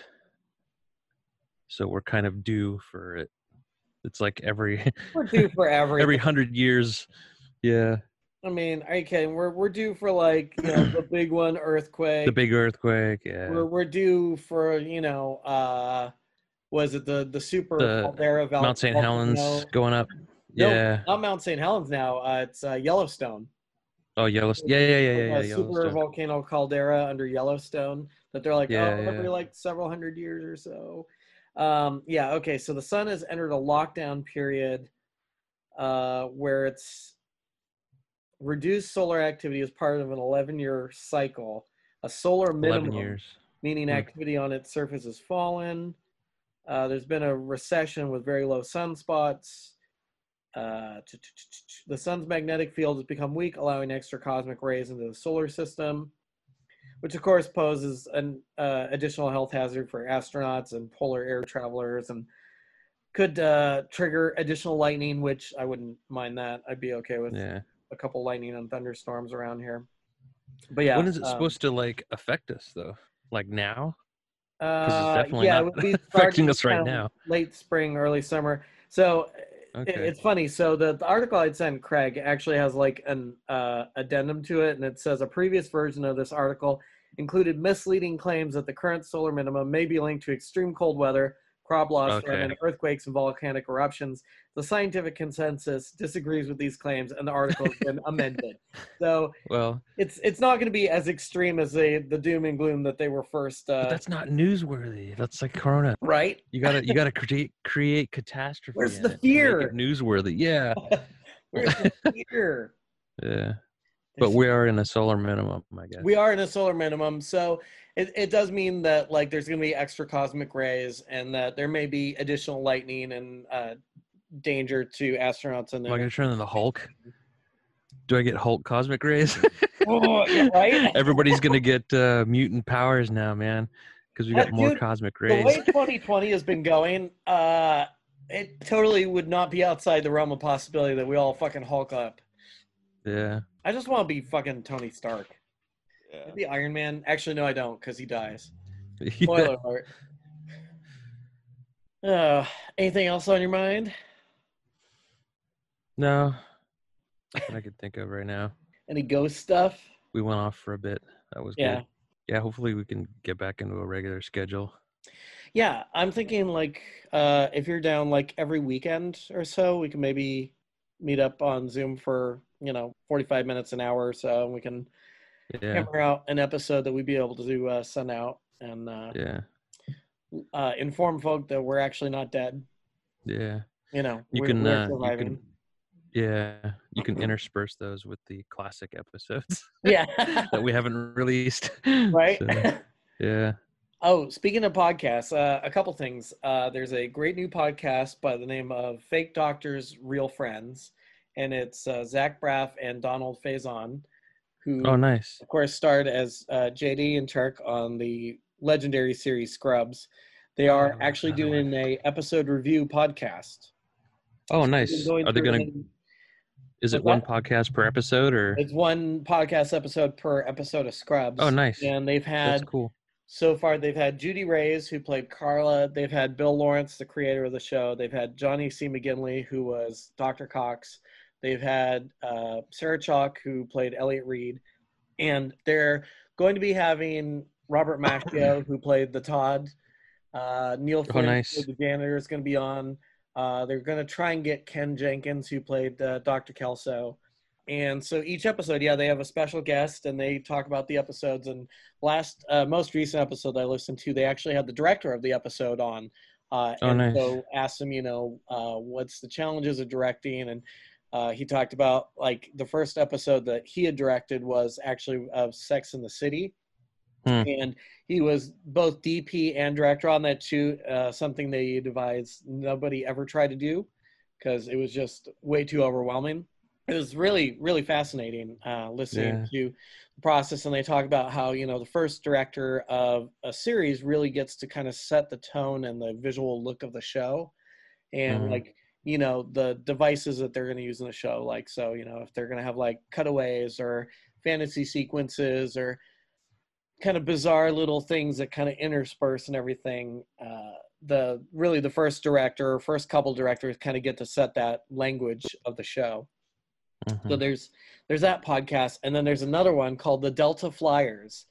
[SPEAKER 2] So we're kind of due for it. It's like every *laughs*
[SPEAKER 1] we're due for everything.
[SPEAKER 2] every hundred years. Yeah,
[SPEAKER 1] I mean, are you kidding? We're we're due for like you know the big one earthquake.
[SPEAKER 2] *clears throat* the big earthquake. Yeah,
[SPEAKER 1] We're we're due for you know uh, was it the the super
[SPEAKER 2] The
[SPEAKER 1] caldera val-
[SPEAKER 2] Mount St. Helens
[SPEAKER 1] volcano?
[SPEAKER 2] going up.
[SPEAKER 1] No,
[SPEAKER 2] Yeah.
[SPEAKER 1] not Mount St. Helens now. Uh, it's uh, Yellowstone.
[SPEAKER 2] Oh, Yellowstone. Yeah, yeah, yeah, yeah. yeah
[SPEAKER 1] a super
[SPEAKER 2] Yellowstone.
[SPEAKER 1] volcano caldera under Yellowstone that they're like
[SPEAKER 2] Yeah,
[SPEAKER 1] oh every
[SPEAKER 2] yeah.
[SPEAKER 1] like several hundred years or so. Um, yeah. Okay. So the sun has entered a lockdown period uh, where it's reduced solar activity as part of an 11-year cycle. A solar minimum.
[SPEAKER 2] Eleven years.
[SPEAKER 1] meaning
[SPEAKER 2] Hmm.
[SPEAKER 1] activity on its surface has fallen. Uh, there's been a recession with very low sunspots. Uh, t- t- t- t- t- the sun's magnetic field has become weak, allowing extra cosmic rays into the solar system, which of course poses an uh, additional health hazard for astronauts and polar air travelers, and could uh, trigger additional lightning. Which I wouldn't mind that. I'd be okay with
[SPEAKER 2] Yeah.
[SPEAKER 1] a couple lightning and thunderstorms around here. But yeah,
[SPEAKER 2] when is it
[SPEAKER 1] um,
[SPEAKER 2] supposed to like affect us though? Like now? it's
[SPEAKER 1] Uh,
[SPEAKER 2] definitely
[SPEAKER 1] yeah,
[SPEAKER 2] not
[SPEAKER 1] it would be
[SPEAKER 2] *laughs* affecting
[SPEAKER 1] starting
[SPEAKER 2] us right
[SPEAKER 1] kind of
[SPEAKER 2] now.
[SPEAKER 1] Late spring, early summer. So it-
[SPEAKER 2] Okay.
[SPEAKER 1] it's funny. So the, the article I'd sent Craig actually has like an uh, addendum to it, and it says a previous version of this article included misleading claims that the current solar minimum may be linked to extreme cold weather, crop loss,
[SPEAKER 2] Okay.
[SPEAKER 1] and earthquakes and volcanic eruptions. The scientific consensus disagrees with these claims, and the article has
[SPEAKER 2] *laughs*
[SPEAKER 1] been amended. So
[SPEAKER 2] Well,
[SPEAKER 1] it's it's not going to be as extreme as they, the doom and gloom that they were first.
[SPEAKER 2] but
[SPEAKER 1] Uh,
[SPEAKER 2] that's not newsworthy. That's like Corona.
[SPEAKER 1] right.
[SPEAKER 2] You gotta you gotta create create catastrophe.
[SPEAKER 1] Where's
[SPEAKER 2] in
[SPEAKER 1] the
[SPEAKER 2] it to make
[SPEAKER 1] fear? Oh,
[SPEAKER 2] it newsworthy. Yeah.
[SPEAKER 1] Where's *laughs* the fear?
[SPEAKER 2] Yeah. But we are in a solar minimum, I guess.
[SPEAKER 1] we are in a solar minimum, so it, it does mean that like there's going to be extra cosmic rays, and that there may be additional lightning and uh, danger to astronauts and
[SPEAKER 2] Am I gonna turn into the
[SPEAKER 1] *laughs*
[SPEAKER 2] Hulk? Do I get Hulk cosmic rays? *laughs*
[SPEAKER 1] Oh, yeah, *laughs* right?
[SPEAKER 2] Everybody's gonna get uh, mutant powers now, man, because we
[SPEAKER 1] Uh,
[SPEAKER 2] got more
[SPEAKER 1] dude,
[SPEAKER 2] cosmic
[SPEAKER 1] the
[SPEAKER 2] *laughs* rays.
[SPEAKER 1] way 2020 has been going. Uh, it totally would not be outside the realm of possibility that we all fucking Hulk up.
[SPEAKER 2] yeah. *laughs*
[SPEAKER 1] I just want to be fucking Tony Stark. The Iron Man. Actually, no, I don't, because he dies.
[SPEAKER 2] *laughs*
[SPEAKER 1] Spoiler alert. Uh, anything else on your mind?
[SPEAKER 2] No. That's what I could think of right now.
[SPEAKER 1] Any ghost stuff?
[SPEAKER 2] We went off for a bit. That was
[SPEAKER 1] Yeah.
[SPEAKER 2] good. Yeah, hopefully we can get back into a regular schedule.
[SPEAKER 1] Yeah, I'm thinking like uh, if you're down like every weekend or so, we can maybe meet up on Zoom for you know 45 minutes an hour or so, and we can
[SPEAKER 2] Yeah.
[SPEAKER 1] hammer out an episode that we'd be able to uh, send out and uh,
[SPEAKER 2] Yeah.
[SPEAKER 1] uh, inform folk that we're actually not dead.
[SPEAKER 2] Yeah.
[SPEAKER 1] You know,
[SPEAKER 2] You
[SPEAKER 1] we're,
[SPEAKER 2] can,
[SPEAKER 1] we're
[SPEAKER 2] uh, you
[SPEAKER 1] surviving.
[SPEAKER 2] can Yeah. You can intersperse those with the classic episodes *laughs*
[SPEAKER 1] *laughs* yeah,
[SPEAKER 2] that we haven't released. *laughs*
[SPEAKER 1] right.
[SPEAKER 2] So, yeah.
[SPEAKER 1] Oh, speaking of podcasts, uh, a couple things. Uh, there's a great new podcast by the name of Fake Doctors, Real Friends, and it's uh, Zach Braff and Donald Faison, who,
[SPEAKER 2] Oh nice.
[SPEAKER 1] of course, starred as uh, JD and Turk on the legendary series Scrubs. They are
[SPEAKER 2] Oh,
[SPEAKER 1] actually
[SPEAKER 2] another
[SPEAKER 1] doing a episode review podcast.
[SPEAKER 2] Oh
[SPEAKER 1] They've
[SPEAKER 2] nice.
[SPEAKER 1] been going
[SPEAKER 2] Are they
[SPEAKER 1] through
[SPEAKER 2] gonna
[SPEAKER 1] and
[SPEAKER 2] is it
[SPEAKER 1] what's
[SPEAKER 2] one podcast per episode or
[SPEAKER 1] It's one podcast episode per episode of Scrubs.
[SPEAKER 2] Oh nice.
[SPEAKER 1] And they've had
[SPEAKER 2] That's cool.
[SPEAKER 1] so far they've had Judy Reyes, who played Carla. They've had Bill Lawrence, the creator of the show. They've had Johnny C. McGinley, who was Dr. Cox. They've had uh, Sarah Chalk, who played Elliot Reed, and they're going to be having Robert Machio, who played the Todd. Uh, Neil Flynn, who
[SPEAKER 2] nice.
[SPEAKER 1] played the janitor, is going to be on. Uh, they're going to try and get Ken Jenkins, who played uh, Dr. Kelso. And so each episode, yeah, they have a special guest and they talk about the episodes. And last, uh, most recent episode I listened to, they actually had the director of the episode on. Uh,
[SPEAKER 2] Oh,
[SPEAKER 1] and
[SPEAKER 2] nice.
[SPEAKER 1] so asked him, you know, uh, what's the challenges of directing? And uh, he talked about like the first episode that he had directed was actually of Sex in the City.
[SPEAKER 2] Hmm.
[SPEAKER 1] And he was both DP and director on that too. Uh, something they devised nobody ever tried to do because it was just way too overwhelming. It was really, really fascinating uh, listening to the process. And they talk about how, you know, the first director of a series really gets to kind of set the tone and the visual look of the show. And
[SPEAKER 2] Mhm.
[SPEAKER 1] like, you know, the devices that they're going to use in the show. Like, so, you know, if they're going to have like cutaways or fantasy sequences or kind of bizarre little things that kind of intersperse and everything. Uh, the really the first director, first couple directors, kind of get to set that language of the show. So
[SPEAKER 2] Mhm.
[SPEAKER 1] there's there's that podcast, and then there's another one called the Delta Flyers,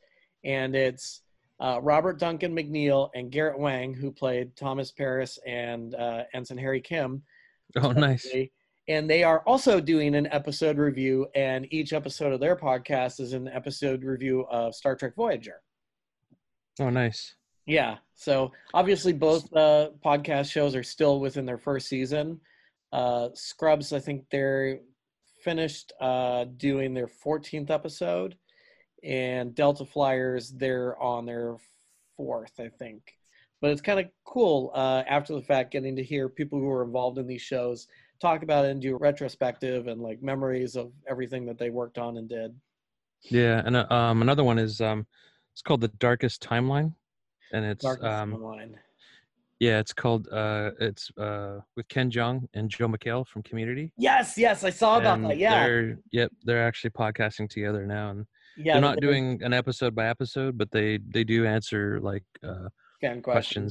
[SPEAKER 1] and it's uh, Robert Duncan McNeil and Garrett Wang, who played Thomas Paris and uh, Ensign Harry Kim.
[SPEAKER 2] Oh nice.
[SPEAKER 1] respectively. And they are also doing an episode review, and each episode of their podcast is an episode review of Star Trek Voyager.
[SPEAKER 2] Oh nice.
[SPEAKER 1] Yeah. So obviously, both uh, podcast shows are still within their first season. Uh, Scrubs, I think they're finished uh, doing their 14th episode, and Delta Flyers, they're on their fourth, I think. But it's kind of cool uh, after the fact getting to hear people who were involved in these shows talk about it and do a retrospective and like memories of everything that they worked on and did.
[SPEAKER 2] Yeah, and uh, um, another one is um, it's called the Darkest Timeline, and it's
[SPEAKER 1] Darkness
[SPEAKER 2] um,
[SPEAKER 1] Online.
[SPEAKER 2] yeah, it's called uh, it's uh, with Ken Jeong and Joe McHale from Community.
[SPEAKER 1] Yes, yes, I saw about
[SPEAKER 2] and
[SPEAKER 1] that. Yeah,
[SPEAKER 2] they're, yep, they're actually podcasting together now, and
[SPEAKER 1] Yeah,
[SPEAKER 2] they're
[SPEAKER 1] but
[SPEAKER 2] not doing an episode by episode, but they they do answer like uh,
[SPEAKER 1] Again, questions.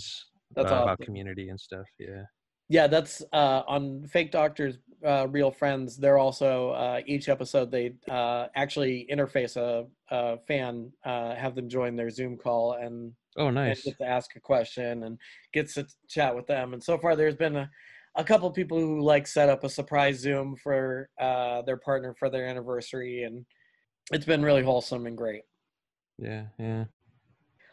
[SPEAKER 2] questions
[SPEAKER 1] That's
[SPEAKER 2] uh, about
[SPEAKER 1] awesome.
[SPEAKER 2] community and stuff. Yeah.
[SPEAKER 1] Yeah, that's uh, on Fake Doctors, uh, Real Friends. They're also uh, each episode they uh, actually interface a, a fan, uh, have them join their Zoom call, and
[SPEAKER 2] Oh,
[SPEAKER 1] and
[SPEAKER 2] nice.
[SPEAKER 1] get to ask a question and gets to chat with them. And so far, there's been a, a couple people who like set up a surprise Zoom for uh, their partner for their anniversary, and it's been really wholesome and great.
[SPEAKER 2] Yeah, yeah. *laughs*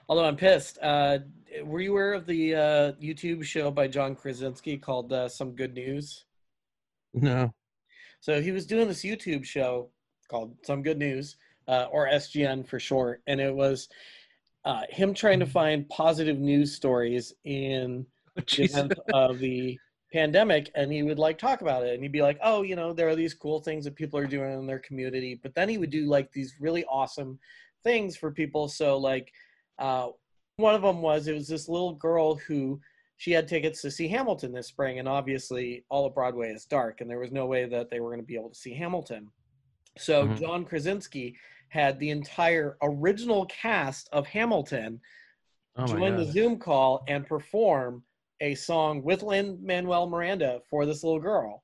[SPEAKER 1] Although I'm pissed. Uh, were you aware of the uh, YouTube show by John Krasinski called uh, Some Good News? *laughs*
[SPEAKER 2] No.
[SPEAKER 1] So he was doing this YouTube show called Some Good News, uh, or SGN for short, and it was uh, him trying to find positive news stories in the
[SPEAKER 2] Jesus.
[SPEAKER 1] event of the pandemic and he would like talk about it and he'd be like oh you know there are these cool things that people are doing in their community but then he would do like these really awesome things for people so like uh, one of them was it was this little girl who she had tickets to see hamilton this spring and obviously all of broadway is dark and there was no way that they were going to be able to see hamilton so
[SPEAKER 2] Mhm.
[SPEAKER 1] john krasinski had the entire original cast of hamilton
[SPEAKER 2] Oh my
[SPEAKER 1] join the
[SPEAKER 2] God.
[SPEAKER 1] Zoom call and perform a song with Lin Manuel Miranda for this little girl.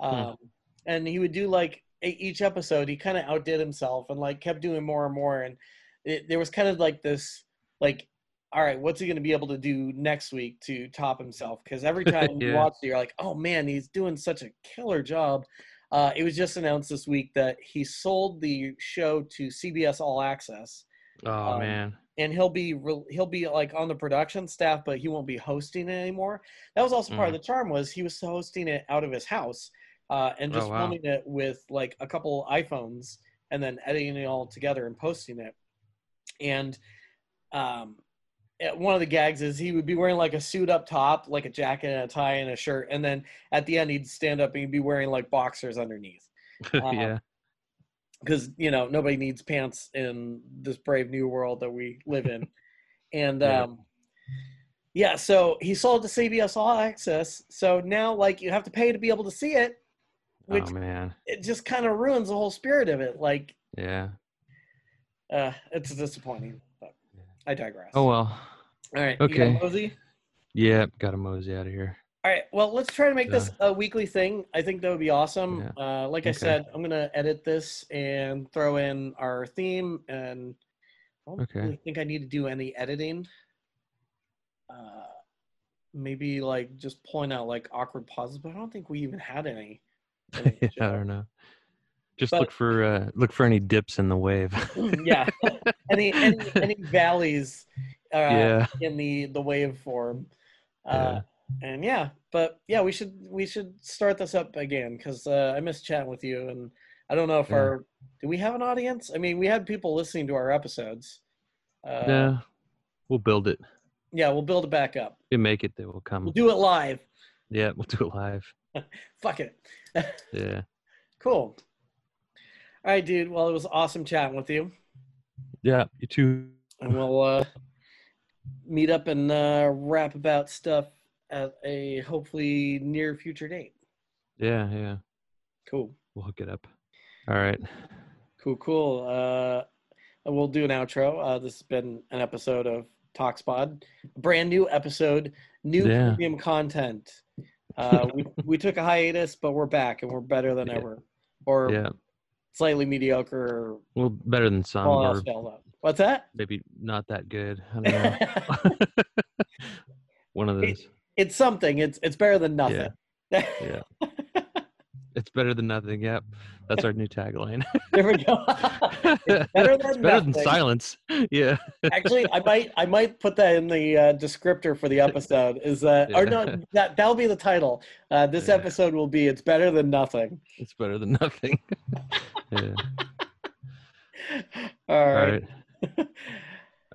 [SPEAKER 2] Hmm.
[SPEAKER 1] Um, And he would do like e- each episode, he kind of outdid himself and like kept doing more and more. And it, there was kind of like this, like, all right, what's he going to be able to do next week to top himself? Because
[SPEAKER 2] *laughs*
[SPEAKER 1] every time you
[SPEAKER 2] Yeah.
[SPEAKER 1] watch it, you're like, oh man, he's doing such a killer job. Uh, it was just announced this week that he sold the show to CBS All Access
[SPEAKER 2] Oh
[SPEAKER 1] um,
[SPEAKER 2] man.
[SPEAKER 1] and he'll be re- he'll be like on the production staff but he won't be hosting it anymore that was also
[SPEAKER 2] Mm-hmm.
[SPEAKER 1] part of the charm was he was hosting it out of his house uh, and
[SPEAKER 2] Oh,
[SPEAKER 1] just
[SPEAKER 2] wow.
[SPEAKER 1] filming it with like a couple iphones and then editing it all together and posting it and um, at- one of the gags is he would be wearing like a suit up top like a jacket and a tie and a shirt and then at the end he'd stand up and he'd be wearing like boxers underneath um,
[SPEAKER 2] *laughs* yeah.
[SPEAKER 1] because you know nobody needs pants in this brave new world that we live in
[SPEAKER 2] *laughs*
[SPEAKER 1] and
[SPEAKER 2] Yeah.
[SPEAKER 1] um yeah so he sold to cbs all access so now like you have to pay to be able to see it which
[SPEAKER 2] Oh man.
[SPEAKER 1] it just kind of ruins the whole spirit of it like
[SPEAKER 2] Yeah.
[SPEAKER 1] uh it's disappointing but i digress
[SPEAKER 2] Oh well.
[SPEAKER 1] all right
[SPEAKER 2] okay.
[SPEAKER 1] you got Mosey?
[SPEAKER 2] Yeah. Got a mosey out
[SPEAKER 1] *laughs*
[SPEAKER 2] of here. *laughs*
[SPEAKER 1] all right well let's try to make this a weekly thing i think that would be awesome
[SPEAKER 2] Yeah.
[SPEAKER 1] uh like i
[SPEAKER 2] Okay.
[SPEAKER 1] said i'm gonna edit this and throw in our theme and I don't
[SPEAKER 2] Okay.
[SPEAKER 1] really think I need to do any editing. Uh, maybe like just pulling out like awkward pauses, but I don't think we even had
[SPEAKER 2] *laughs*
[SPEAKER 1] any. in the
[SPEAKER 2] yeah, I
[SPEAKER 1] show.
[SPEAKER 2] don't know. Just
[SPEAKER 1] But-
[SPEAKER 2] look for uh, look for any dips in the wave.
[SPEAKER 1] *laughs*
[SPEAKER 2] *laughs*
[SPEAKER 1] yeah, *laughs* any any any valleys uh,
[SPEAKER 2] yeah.
[SPEAKER 1] in the the waveform. Uh,
[SPEAKER 2] Yeah.
[SPEAKER 1] And yeah, but yeah, we should we should start this up again because uh, I miss chatting with you, and I don't know if
[SPEAKER 2] Yeah.
[SPEAKER 1] our do we have an audience? I mean, we had people listening to our episodes. Uh,
[SPEAKER 2] yeah. We'll build it.
[SPEAKER 1] Yeah, we'll build it back up.
[SPEAKER 2] If you make it, they will come.
[SPEAKER 1] We'll do it live.
[SPEAKER 2] yeah, we'll do it live.
[SPEAKER 1] Fuck it.
[SPEAKER 2] Yeah.
[SPEAKER 1] Cool. All right, dude. Well, it was awesome chatting with you,
[SPEAKER 2] Yeah. You too.
[SPEAKER 1] and we'll uh, meet up and uh, rap about stuff at a hopefully near future date.
[SPEAKER 2] Yeah. Yeah.
[SPEAKER 1] Cool,
[SPEAKER 2] We'll hook it up. All right.
[SPEAKER 1] cool, cool. Uh, and we'll do an outro. Uh, this has been an episode of TalkSpod, brand new episode, new
[SPEAKER 2] Yeah.
[SPEAKER 1] premium content. Uh,
[SPEAKER 2] *laughs*
[SPEAKER 1] we we took a hiatus, but we're back and we're better than
[SPEAKER 2] Yeah.
[SPEAKER 1] ever, or
[SPEAKER 2] Yeah.
[SPEAKER 1] slightly mediocre. Or
[SPEAKER 2] Well, better than some,
[SPEAKER 1] all
[SPEAKER 2] Um, or
[SPEAKER 1] else failed up. What's that?
[SPEAKER 2] maybe not that good. I don't
[SPEAKER 1] *laughs*
[SPEAKER 2] know. One of
[SPEAKER 1] It-
[SPEAKER 2] those.
[SPEAKER 1] it's something. It's it's better than nothing. *laughs*
[SPEAKER 2] Yeah. It's better than nothing. Yep. That's our
[SPEAKER 1] *laughs*
[SPEAKER 2] new tagline.
[SPEAKER 1] there we go.
[SPEAKER 2] *laughs*
[SPEAKER 1] *laughs*
[SPEAKER 2] it's
[SPEAKER 1] better than
[SPEAKER 2] better than
[SPEAKER 1] nothing.
[SPEAKER 2] silence. *laughs* Yeah.
[SPEAKER 1] Actually, I might I might put that in the uh, descriptor for the episode. Is that or
[SPEAKER 2] Yeah.
[SPEAKER 1] no? That that'll be the title. Uh, this
[SPEAKER 2] Yeah.
[SPEAKER 1] episode will be "It's Better Than Nothing."
[SPEAKER 2] It's better than
[SPEAKER 1] *laughs*
[SPEAKER 2] *laughs* nothing. yeah.
[SPEAKER 1] All
[SPEAKER 2] All
[SPEAKER 1] right. *laughs*
[SPEAKER 2] right.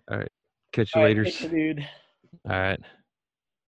[SPEAKER 2] All right. Catch you
[SPEAKER 1] All right,
[SPEAKER 2] later.
[SPEAKER 1] thanks, dude.
[SPEAKER 2] All right.